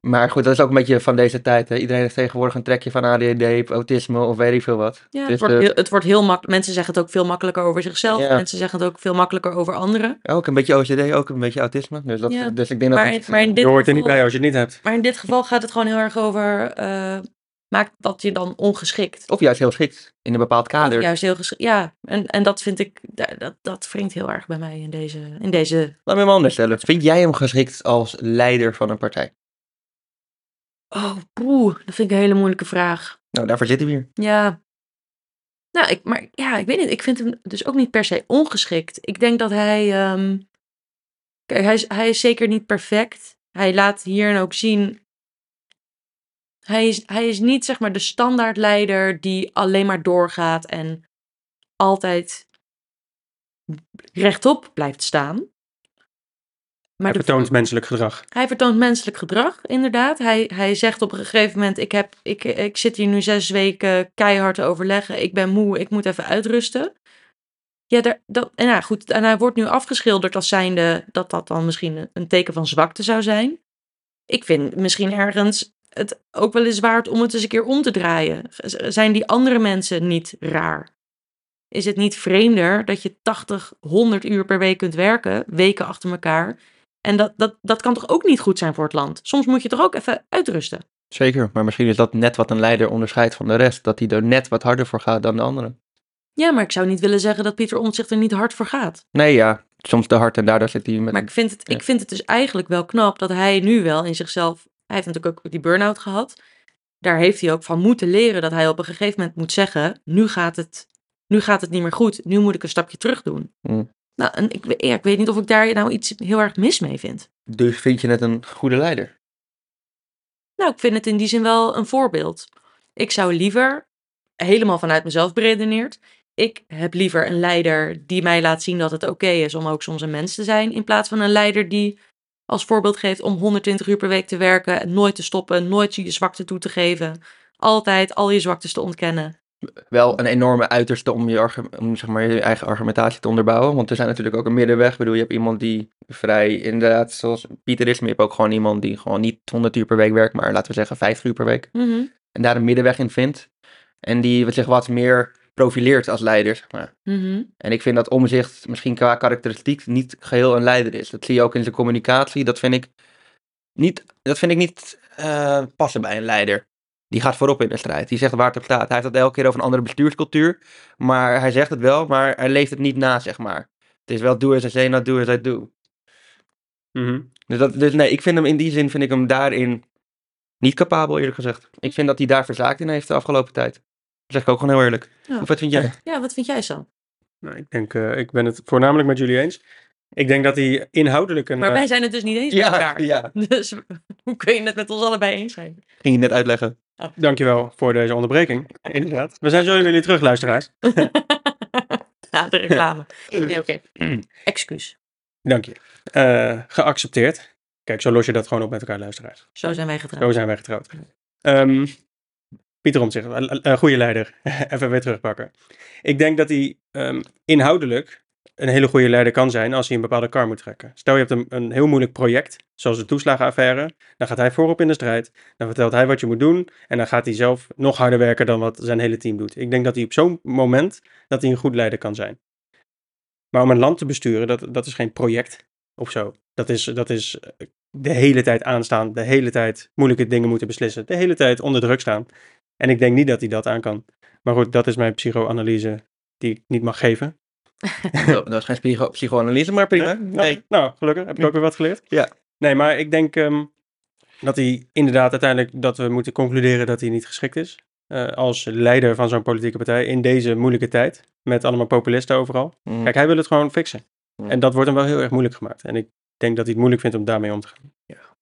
B: Maar goed, dat is ook een beetje van deze tijd. Hè? Iedereen heeft tegenwoordig een trekje van ADHD, autisme of weet ik veel wat.
C: Ja,
B: Dus
C: het, wordt
B: de-
C: heel, het wordt heel makkelijk. Mensen zeggen het ook veel makkelijker over zichzelf.
B: Ja.
C: Mensen zeggen het ook veel makkelijker over anderen.
B: Ook een beetje OCD, ook een beetje autisme. Dus, dat,
C: Ja.
B: dus ik denk
C: Maar,
B: dat...
C: in- maar, in dit
A: Je hoort er niet
C: geval-
A: bij als je het niet hebt.
C: maar in dit geval gaat het gewoon heel erg over. eh, maakt dat je dan ongeschikt?
B: Of juist heel geschikt in een bepaald kader.
C: Oh, Juist heel geschikt. Ja, en, en dat vind ik. da- Dat, dat wringt heel erg bij mij in deze. In deze
B: Laat me hem anders stellen. Vind jij hem geschikt als leider van een partij?
C: oh, poeh. Dat vind ik een hele moeilijke vraag.
B: Nou, daarvoor zitten we hier.
C: Ja. Nou, ik, maar ja, ik weet niet. Ik vind hem dus ook niet per se ongeschikt. Ik denk dat hij. ehm, kijk, hij is, hij is zeker niet perfect. Hij laat hierin ook zien. Hij is, hij is niet zeg maar de standaardleider die alleen maar doorgaat en altijd rechtop blijft staan. Maar
A: Hij
C: de-
A: vertoont menselijk gedrag.
C: hij vertoont menselijk gedrag, inderdaad. Hij, hij zegt op een gegeven moment: ik, heb, ik, ik zit hier nu zes weken keihard te overleggen. Ik ben moe, ik moet even uitrusten. Ja, daar, dat, en ja, goed. En hij wordt nu afgeschilderd als zijnde dat dat dan misschien een- een teken van zwakte zou zijn. Ik vind misschien ergens het ook wel eens waard om het eens een keer om te draaien. Z- Zijn die andere mensen niet raar? Is het niet vreemder dat je 80, 100 uur per week kunt werken, weken achter elkaar? En dat, dat, dat kan toch ook niet goed zijn voor het land? Soms moet je toch ook even uitrusten?
B: Zeker, maar misschien is dat net wat een leider onderscheidt van de rest. Dat hij er net wat harder voor gaat dan de anderen.
C: Ja, maar ik zou niet willen zeggen dat Pieter Omtzigt er niet hard voor gaat.
B: Nee, ja. Soms te hard en daardoor zit hij met...
C: Maar ik vind, het,
B: Ja.
C: ik vind het dus eigenlijk wel knap dat hij nu wel in zichzelf... Hij heeft natuurlijk ook die burn-out gehad. Daar heeft hij ook van moeten leren dat hij op een gegeven moment moet zeggen... nu gaat het, nu gaat het niet meer goed, nu moet ik een stapje terug doen.
B: Mm.
C: Nou, en ik, we- ja, ik weet niet of ik daar nou iets heel erg mis mee vind.
B: Dus vind je het een goede leider?
C: Nou, ik vind het in die zin wel een voorbeeld. Ik zou liever, helemaal vanuit mezelf beredeneerd, ik heb liever een leider die mij laat zien dat het oké is om ook soms een mens te zijn, in plaats van een leider die als voorbeeld geeft om 120 uur per week te werken, en nooit te stoppen, nooit je zwakte toe te geven, altijd al je zwaktes te ontkennen.
B: Wel een enorme uiterste om je, argu- om, zeg maar, je eigen argumentatie te onderbouwen. Want er zijn natuurlijk ook een middenweg. Ik bedoel, je hebt iemand die vrij, inderdaad, zoals Pieter is, maar je hebt ook gewoon iemand die gewoon niet 100 uur per week werkt, maar laten we zeggen 50 uur per week.
C: Mhm.
B: En daar een middenweg in vindt. En die wat, zich wat meer profileert als leider, zeg maar.
C: mhm.
B: En ik vind dat omzicht misschien qua karakteristiek niet geheel een leider is. Dat zie je ook in zijn communicatie. Dat vind ik niet, dat vind ik niet eh, passen bij een leider. Die gaat voorop in de strijd. Die zegt waar het op staat. Hij heeft het elke keer over een andere bestuurscultuur. Maar hij zegt het wel, maar hij leeft het niet na, zeg maar. Het is wel do as I say, not do as I do.
A: Mhm.
B: Dus, dat, dus nee, ik vind hem in die zin, vind ik hem daarin niet capabel, eerlijk gezegd. Ik vind dat hij daar verzaakt in heeft de afgelopen tijd. Dat zeg ik ook gewoon heel eerlijk.
C: Ja.
B: Of wat vind jij?
C: Ja, wat vind jij zo?
A: Nou, ik, denk, eh, ik ben het voornamelijk met jullie eens. Ik denk dat hij inhoudelijk een...
C: Maar
A: eh,
C: wij zijn het dus niet eens met
B: Ja,
C: elkaar.
B: ja.
C: Dus hoe kun je het met ons allebei eens zijn?
B: Ging je net uitleggen.
A: Dankjewel voor deze onderbreking. Inderdaad. We zijn zo weer jullie terug, luisteraars.
C: Na de reclame. Nee, Oké. Excuus.
A: Dank je. Eh, geaccepteerd. Kijk, zo los je dat gewoon op met elkaar, luisteraars.
C: Zo zijn wij getrouwd.
A: Zo Oh, zijn wij getrouwd. Ehm Pieter Omtzigt, eh, eh, goede leider. Even weer terugpakken. Ik denk dat hij ehm, inhoudelijk een hele goede leider kan zijn als hij een bepaalde kar moet trekken. Stel je hebt een, een heel moeilijk project, zoals de toeslagenaffaire. Dan gaat hij voorop in de strijd. Dan vertelt hij wat je moet doen. En dan gaat hij zelf nog harder werken dan wat zijn hele team doet. Ik denk dat hij op zo'n moment dat hij een goed leider kan zijn. Maar om een land te besturen, dat, dat is geen project of zo. Dat is, dat is eh, de hele tijd aanstaan, de hele tijd moeilijke dingen moeten beslissen, de hele tijd onder druk staan. En ik denk niet dat hij dat aan kan. Maar goed, dat is mijn psychoanalyse die ik niet mag geven.
B: dat was geen psycho- psychoanalyse, maar prima.
A: Nou,
B: Nee.
A: nou, gelukkig heb ik ook weer wat geleerd.
B: Ja.
A: Nee, maar ik denk ehm, dat hij inderdaad uiteindelijk dat we moeten concluderen dat hij niet geschikt is. eh, als leider van zo'n politieke partij in deze moeilijke tijd. Met allemaal populisten overal.
B: Mm.
A: Kijk, hij wil het gewoon fixen.
B: Ja.
A: En dat wordt hem wel heel erg moeilijk gemaakt. En ik denk dat hij het moeilijk vindt om daarmee om te gaan.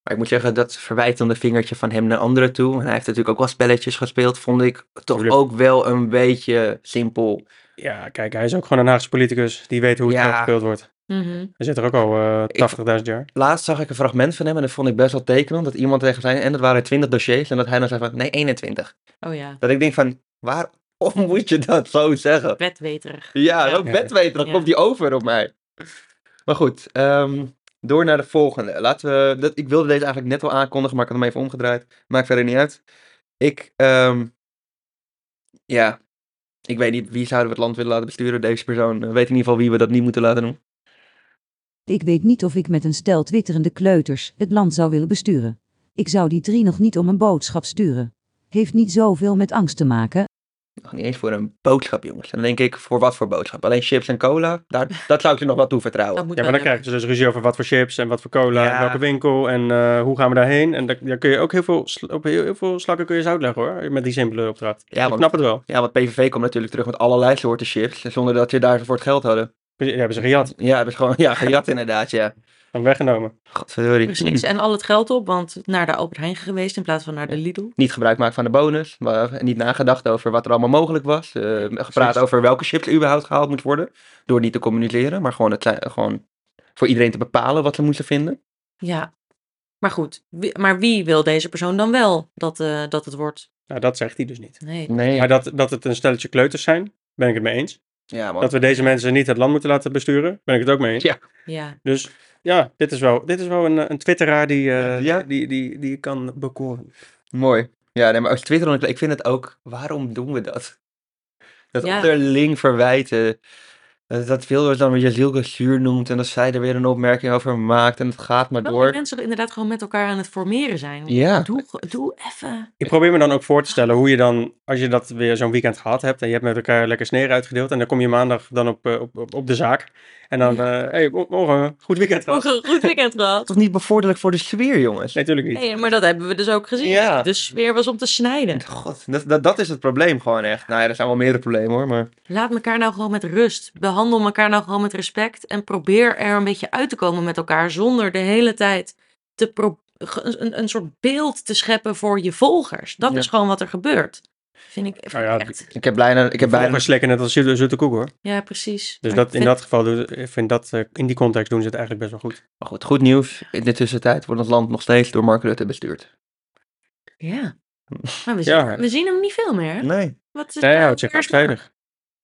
B: Maar ik moet zeggen, dat verwijtende vingertje van hem naar anderen toe. En hij heeft natuurlijk ook wel spelletjes gespeeld. Vond ik toch
A: Tuurlijk.
B: ook wel een beetje simpel.
A: Ja, kijk, hij is ook gewoon een Haagse politicus. Die weet hoe het
B: Ja.
A: spel gespeeld wordt.
C: Mhm.
A: Hij zit er ook al eh, 80.000 jaar.
B: Laatst zag ik een fragment van hem en dat vond ik best wel tekenend. Dat iemand tegen zijn, en dat waren 20 dossiers. En dat hij dan zei van, nee, 21.
C: Oh ja,
B: Dat ik denk van, waarom moet je dat zo zeggen?
C: bedweterig.
B: Ja,
C: Ja.
B: ook bedweter, dan
C: Ja.
B: komt die over op mij. Maar goed, ehm, door naar de volgende. Laten we, dat, ik wilde deze eigenlijk net al aankondigen, maar ik had hem even omgedraaid. Maakt verder niet uit. Ik, ehm, ja, ik weet niet wie zouden we het land willen laten besturen. Deze persoon weet in ieder geval wie we dat niet moeten laten doen.
I: Ik weet niet of ik met een stel twitterende kleuters het land zou willen besturen. Ik zou die drie nog niet om een boodschap sturen. Heeft niet zoveel met angst te maken.
B: Nog niet eens voor een boodschap, jongens. Dan denk ik, voor wat voor boodschap? Alleen chips en cola? Daar, dat zou ik ze nog wel toe
C: Dat
B: vertrouwen.
C: moet
A: Ja,
C: wel
A: maar dan
C: lukken.
A: krijgen ze dus ruzie over wat voor chips en wat voor cola
B: Ja.
A: en welke winkel en eh, hoe gaan we daarheen. En daar, daar kun je ook heel veel, sl- op heel, heel veel slakken kun je zout leggen hoor, met die simpele opdracht.
B: Ja,
A: Ik
B: want,
A: snap het wel.
B: ja, want PVV komt natuurlijk terug met allerlei soorten chips, zonder dat je daar voor het geld hadden.
A: Die hebben ze gejat,
B: Ja, hebben ze gewoon ja, gejat inderdaad, ja.
A: dan weggenomen.
B: Godverdorie.
A: dus-
C: Precies. En al het geld op, want naar de Albert Heijn geweest in plaats van naar de Lidl.
B: niet gebruik maken van de bonus. Maar en niet nagedacht over wat er allemaal mogelijk was. eh, gepraat
A: precies.
B: over welke chips er überhaupt gehaald moet worden. Door niet te communiceren, maar gewoon, het, zijn- gewoon voor iedereen te bepalen wat ze moesten vinden.
C: Ja. Maar goed, wie- maar wie wil deze persoon dan wel dat, eh, dat het wordt?
A: Nou, dat zegt hij dus niet.
C: Nee.
B: Nee.
A: Maar dat, dat het een stelletje kleuters zijn, ben ik het mee eens.
B: ja,
A: Dat we deze mensen niet het land moeten laten besturen, ben ik het ook mee eens.
B: Ja.
C: Ja.
A: Dus ja, dit is wel, dit is wel een, eh, een twitteraar die, eh,
B: Ja.
A: die, die, die je kan bekoren.
B: Mooi. Ja, nee, maar als Twitter, ik vind het ook, waarom doen we dat? Dat
C: Ja.
B: onderling verwijten. Dat, dat Wilders dan weer Jazielke zuur noemt en dat zij er weer een opmerking over maakt en het gaat maar
C: Wel dat
B: door.
C: mensen inderdaad gewoon met elkaar aan het formeren zijn.
B: Ja.
C: Doe, ge- doe even.
A: Ik probeer me dan ook voor te stellen hoe je dan, als je dat weer zo'n weekend gehad hebt en je hebt met elkaar lekker sneren uitgedeeld en dan kom je maandag dan op, eh, op, op, op de zaak en dan, hé, hey, mo- morgen, goed weekend gehad.
C: Goed, goed weekend gehad.
B: Toch niet bevorderlijk voor de sfeer, jongens.
A: Nee, natuurlijk niet.
C: Nee, maar dat hebben we dus ook gezien.
B: Ja.
C: De sfeer was om te snijden.
B: God, dat, dat, dat is het probleem gewoon echt. Nou ja, er zijn wel meerdere problemen hoor, maar...
C: Laat elkaar nou gewoon met rust. Behandel elkaar nou gewoon met respect. En probeer er een beetje uit te komen met elkaar. Zonder de hele tijd te pro- ge- een, een soort beeld te scheppen voor je volgers. Dat
B: Ja.
C: is gewoon wat er gebeurt. Vind ik vind
A: Nou ja,
C: ik echt.
B: Ik heb bijna, ik heb bijna,
A: Bijna slikken net als zoete, zoete koek hoor.
C: Ja, precies.
A: Dus
C: Maar
A: dat,
C: ik
A: in
C: vind- Dus
A: dat geval, doen ze- ik vind dat, eh, in die context doen ze het eigenlijk best wel goed.
B: Maar goed, goed nieuws. In de tussentijd wordt ons land nog steeds door Mark Rutte bestuurd.
C: Ja. Maar we zien,
A: Ja.
C: we zien hem niet veel meer. hè?
B: Nee.
C: Wat is
A: Hij
C: nou
A: houdt zich
C: weer-
A: afzijdig.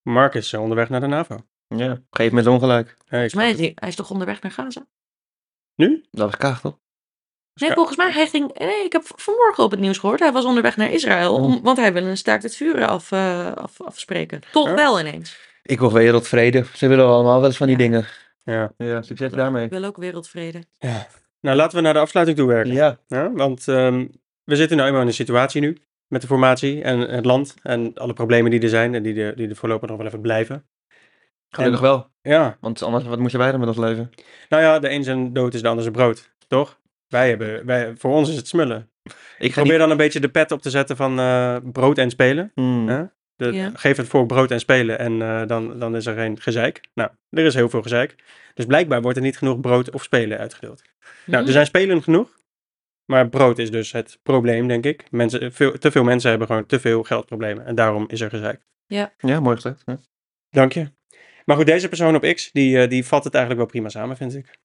A: Mark is eh, onderweg naar de NAVO.
B: Ja, geef me het ongelijk.
A: Hey, ik
C: Volgens mij is hij, hij is toch onderweg naar Gaza?
A: Nu?
B: Dat is kachel.
C: Nee,
A: Ja.
C: volgens mij hij ging. Nee, ik heb v- vanmorgen op het nieuws gehoord. Hij was onderweg naar Israël.
A: Oh.
C: om- want hij wil een staakt het vuren af, eh, af, afspreken. Toch
A: Ja.
C: wel ineens.
B: Ik wil wereldvrede. Ze willen allemaal wel eens van die dingen.
A: Ja.
B: Ja, succes daarmee.
C: Ik wil ook wereldvrede.
A: Nou, laten we naar de afsluiting toe werken.
B: Ja,
A: Ja, want ehm, we zitten nou eenmaal in een situatie nu met de formatie en het land en alle problemen die er zijn en die er, die er voorlopig nog wel even blijven.
B: gelukkig
A: En-
B: wel.
A: Ja,
B: Want anders, wat moeten wij dan met ons leven?
A: nou ja, de een zijn dood is de ander zijn brood, toch? Wij hebben, wij, voor ons is het smullen.
B: Ik ga
A: Probeer
B: niet...
A: dan een beetje de pet op te zetten van eh, brood en spelen.
B: Hmm.
A: Hè? De-
C: Ja.
A: Geef het voor brood en spelen en eh, dan, dan is er geen gezeik. Nou, er is heel veel gezeik. Dus blijkbaar wordt er niet genoeg brood of spelen uitgedeeld.
C: Mhm.
A: Nou, er zijn spelen genoeg. Maar brood is dus het probleem, denk ik. Mensen, veel, te veel mensen hebben gewoon te veel geldproblemen. En daarom is er gezeik.
B: Ja, mooi gezegd. Ja.
A: Dank je. Maar goed, deze persoon op X, die, eh, die vat het eigenlijk wel prima samen, vind ik.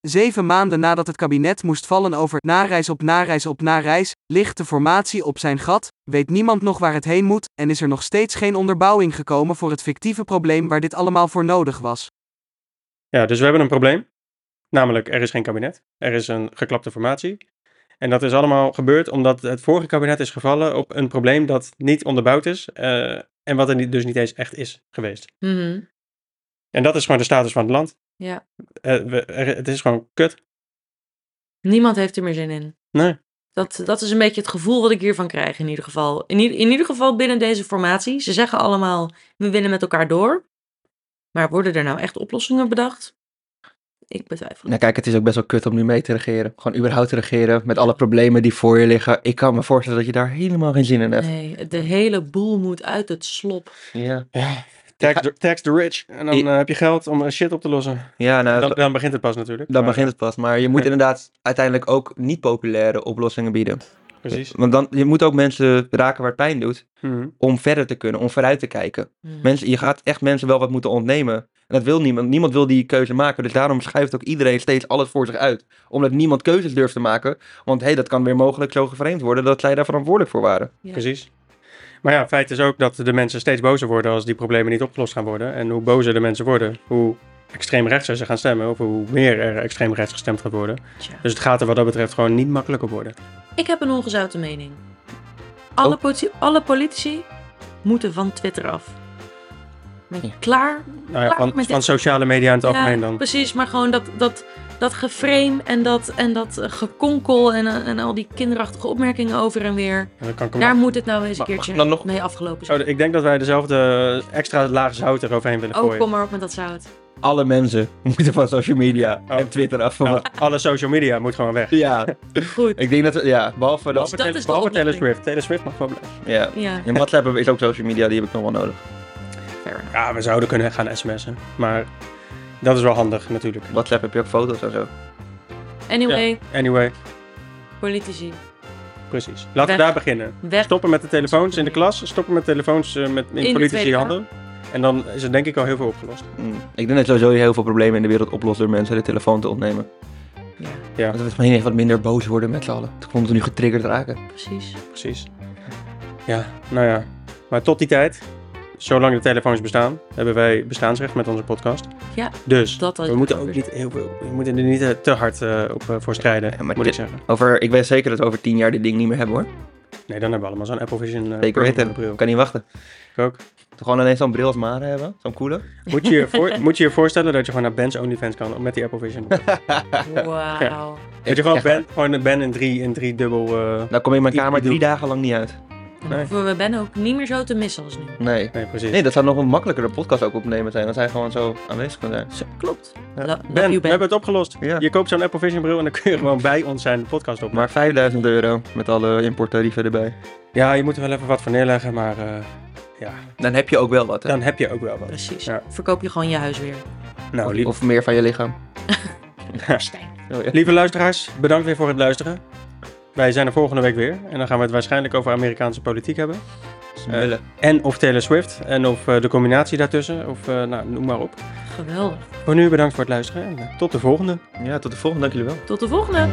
E: Zeven maanden nadat het kabinet moest vallen over nareis op nareis op nareis, ligt de formatie op zijn gat, weet niemand nog waar het heen moet en is er nog steeds geen onderbouwing gekomen voor het fictieve probleem waar dit allemaal voor nodig was.
A: Ja, dus we hebben een probleem. Namelijk, er is geen kabinet. Er is een geklapte formatie. En dat is allemaal gebeurd omdat het vorige kabinet is gevallen op een probleem dat niet onderbouwd is. eh, en wat er niet, dus niet eens echt is geweest.
C: Mhm.
A: En dat is gewoon de status van het land.
C: Ja.
A: Eh, we- er- het is gewoon kut.
C: Niemand heeft er meer zin in.
A: Nee.
C: Dat, dat is een beetje het gevoel wat ik hiervan krijg in ieder geval. In, ieder- in ieder geval binnen deze formatie. Ze zeggen allemaal, we willen met elkaar door. Maar worden er nou echt oplossingen bedacht? Ik betwijfel.
B: Nou kijk, het is ook best wel kut om nu mee te regeren. Gewoon überhaupt te regeren met alle problemen die voor je liggen. Ik kan me voorstellen dat je daar helemaal geen zin in hebt.
C: Nee, de hele boel moet uit het slop.
B: Ja.
A: Ja, tax, the- tax the rich. En dan
B: I-
A: eh, heb je geld om eh, shit op te lossen.
B: ja, nou,
A: Dan,
B: dan,
A: dan begint het pas natuurlijk. Maar,
B: begint het pas. Maar je moet inderdaad uiteindelijk ook niet populaire oplossingen bieden.
A: eh, Precies.
B: Want dan, je moet ook mensen raken waar het pijn doet
A: Mhm.
B: om verder te kunnen, om vooruit te kijken.
C: Mhm.
B: Mensen, je gaat echt mensen wel wat moeten ontnemen. En dat wil niemand. Niemand wil die keuze maken. Dus daarom schuift ook iedereen steeds alles voor zich uit. Omdat niemand keuzes durft te maken. Want hé, hey, dat kan weer mogelijk zo gevreemd worden dat zij daar verantwoordelijk voor waren.
C: Ja.
A: Precies. Maar ja, feit is ook dat de mensen steeds bozer worden als die problemen niet opgelost gaan worden. En hoe bozer de mensen worden, hoe extreemrechtser ze gaan stemmen. Of hoe meer er extreemrechts gestemd gaat worden.
C: Tja.
A: Dus het gaat er wat dat betreft gewoon niet makkelijker worden.
C: Ik heb een ongezouten mening. Alle,
B: Oh.
C: politi- alle politici moeten van Twitter af. Ben je
B: Ja.
C: klaar?
A: Nou ja,
C: Maar
A: van,
C: met-
A: van sociale media in het algemeen dan.
C: precies. Maar gewoon dat, dat, dat geframe en dat, en dat eh, gekonkel en, eh, en al die kinderachtige opmerkingen over en weer.
A: Ja, dat kan ik hem
C: Daar moet het nou eens een
B: Mag- mag
C: keertje
B: ik dan nog-
C: mee afgelopen zijn.
A: Oh, ik denk dat wij dezelfde eh, extra laag zout eroverheen willen
C: Oh,
A: gooien.
C: kom maar op met dat zout.
B: Alle mensen moeten van social media
A: Oh.
B: en Twitter af.
A: Nou, alle social media moet gewoon weg.
B: Ja,
C: Goed.
B: ik denk dat... Ja, behalve
A: Behalve,
B: dat...
C: dat
A: Taylor-
C: is de
A: behalve Taylor
C: oplossing.
A: Swift. Taylor Swift mag wel blijven.
B: Ja.
C: Ja,
B: En WhatsApp is ook social media, die heb ik nog wel nodig.
C: fair enough.
A: Ja, we zouden kunnen gaan sms'en. Maar dat is wel handig natuurlijk.
B: WhatsApp heb je ook foto's en zo.
C: Anyway,
A: Anyway,
C: politici,
A: precies. Laten
C: Weg.
A: we daar beginnen.
C: weg.
A: Stoppen met de telefoons in de klas. Stoppen met telefoons eh, met, in,
C: de
A: politici
C: Tweede
A: handen. En dan is er denk ik al heel veel opgelost.
B: Mm. Ik denk dat sowieso heel veel problemen in de wereld oplost door mensen de telefoon te ontnemen.
C: Ja,
B: Dat we misschien even wat minder boos worden met z'n allen. Het komt nu getriggerd raken.
C: precies.
A: Precies. Ja, nou ja. Maar tot die tijd, zolang de telefoons bestaan, hebben wij bestaansrecht met onze podcast.
C: Ja,
A: Dus
C: dat had
A: we
C: ik
A: moeten
C: ook
A: ook
C: weer.
A: niet heel veel, we moeten er niet eh, te hard eh, op eh, voor strijden,
B: Ja, maar
A: moet ik
B: dit-
A: zeggen.
B: Over, ik weet zeker dat we over tien jaar dit ding niet meer hebben hoor.
A: Nee, dan hebben we allemaal zo'n Apple Vision eh,
B: Zeker
A: Pro
B: weten.
A: bril.
B: Ik kan niet wachten.
A: Ik ook.
B: Gewoon alleen zo'n bril als Mare hebben. Zo'n coole.
A: Moet je je, voor, moet je je voorstellen dat je gewoon naar Ben's OnlyFans kan met die Apple Vision? bril?
C: Wauw.
A: dat je gewoon Ben, gewoon een Ben in drie, in drie dubbel... eh,
B: Dan kom je in mijn
A: Die-
B: kamer
A: die
B: drie
A: doe-
B: dagen lang niet uit.
C: Dan
A: Nee.
C: hoeven we Ben ook niet meer zo te missen als nu.
B: Nee.
A: nee, precies.
B: Nee, dat zou nog een makkelijkere podcast ook opnemen zijn. Als hij gewoon zo aanwezig kan zijn.
C: Zo, klopt.
B: Ja.
C: Lo- love
A: ben,
C: you,
A: we hebben het opgelost.
B: Ja.
A: Je koopt zo'n Apple Vision bril en dan kun je gewoon bij ons zijn podcast opnemen.
B: Maar 5000 euro met alle importtarieven erbij.
A: Ja, je moet er wel even wat voor neerleggen, maar eh, ja,
B: Dan heb je ook wel wat. Hè?
A: dan heb je ook wel wat.
C: Precies.
A: Ja.
C: Verkoop je gewoon je huis weer.
A: Nou, lief,
B: Of meer van je lichaam. Oh, ja.
A: Lieve luisteraars, bedankt weer voor het luisteren. Wij zijn er volgende week weer. En dan gaan we het waarschijnlijk over Amerikaanse politiek hebben.
B: Smullen.
A: En of Taylor Swift. En of eh, de combinatie daartussen. Of eh, nou, noem maar op.
C: Geweldig.
A: Voor nu bedankt voor het luisteren. En eh, tot de volgende.
B: Ja, tot de volgende. Dank jullie wel.
C: Tot de volgende!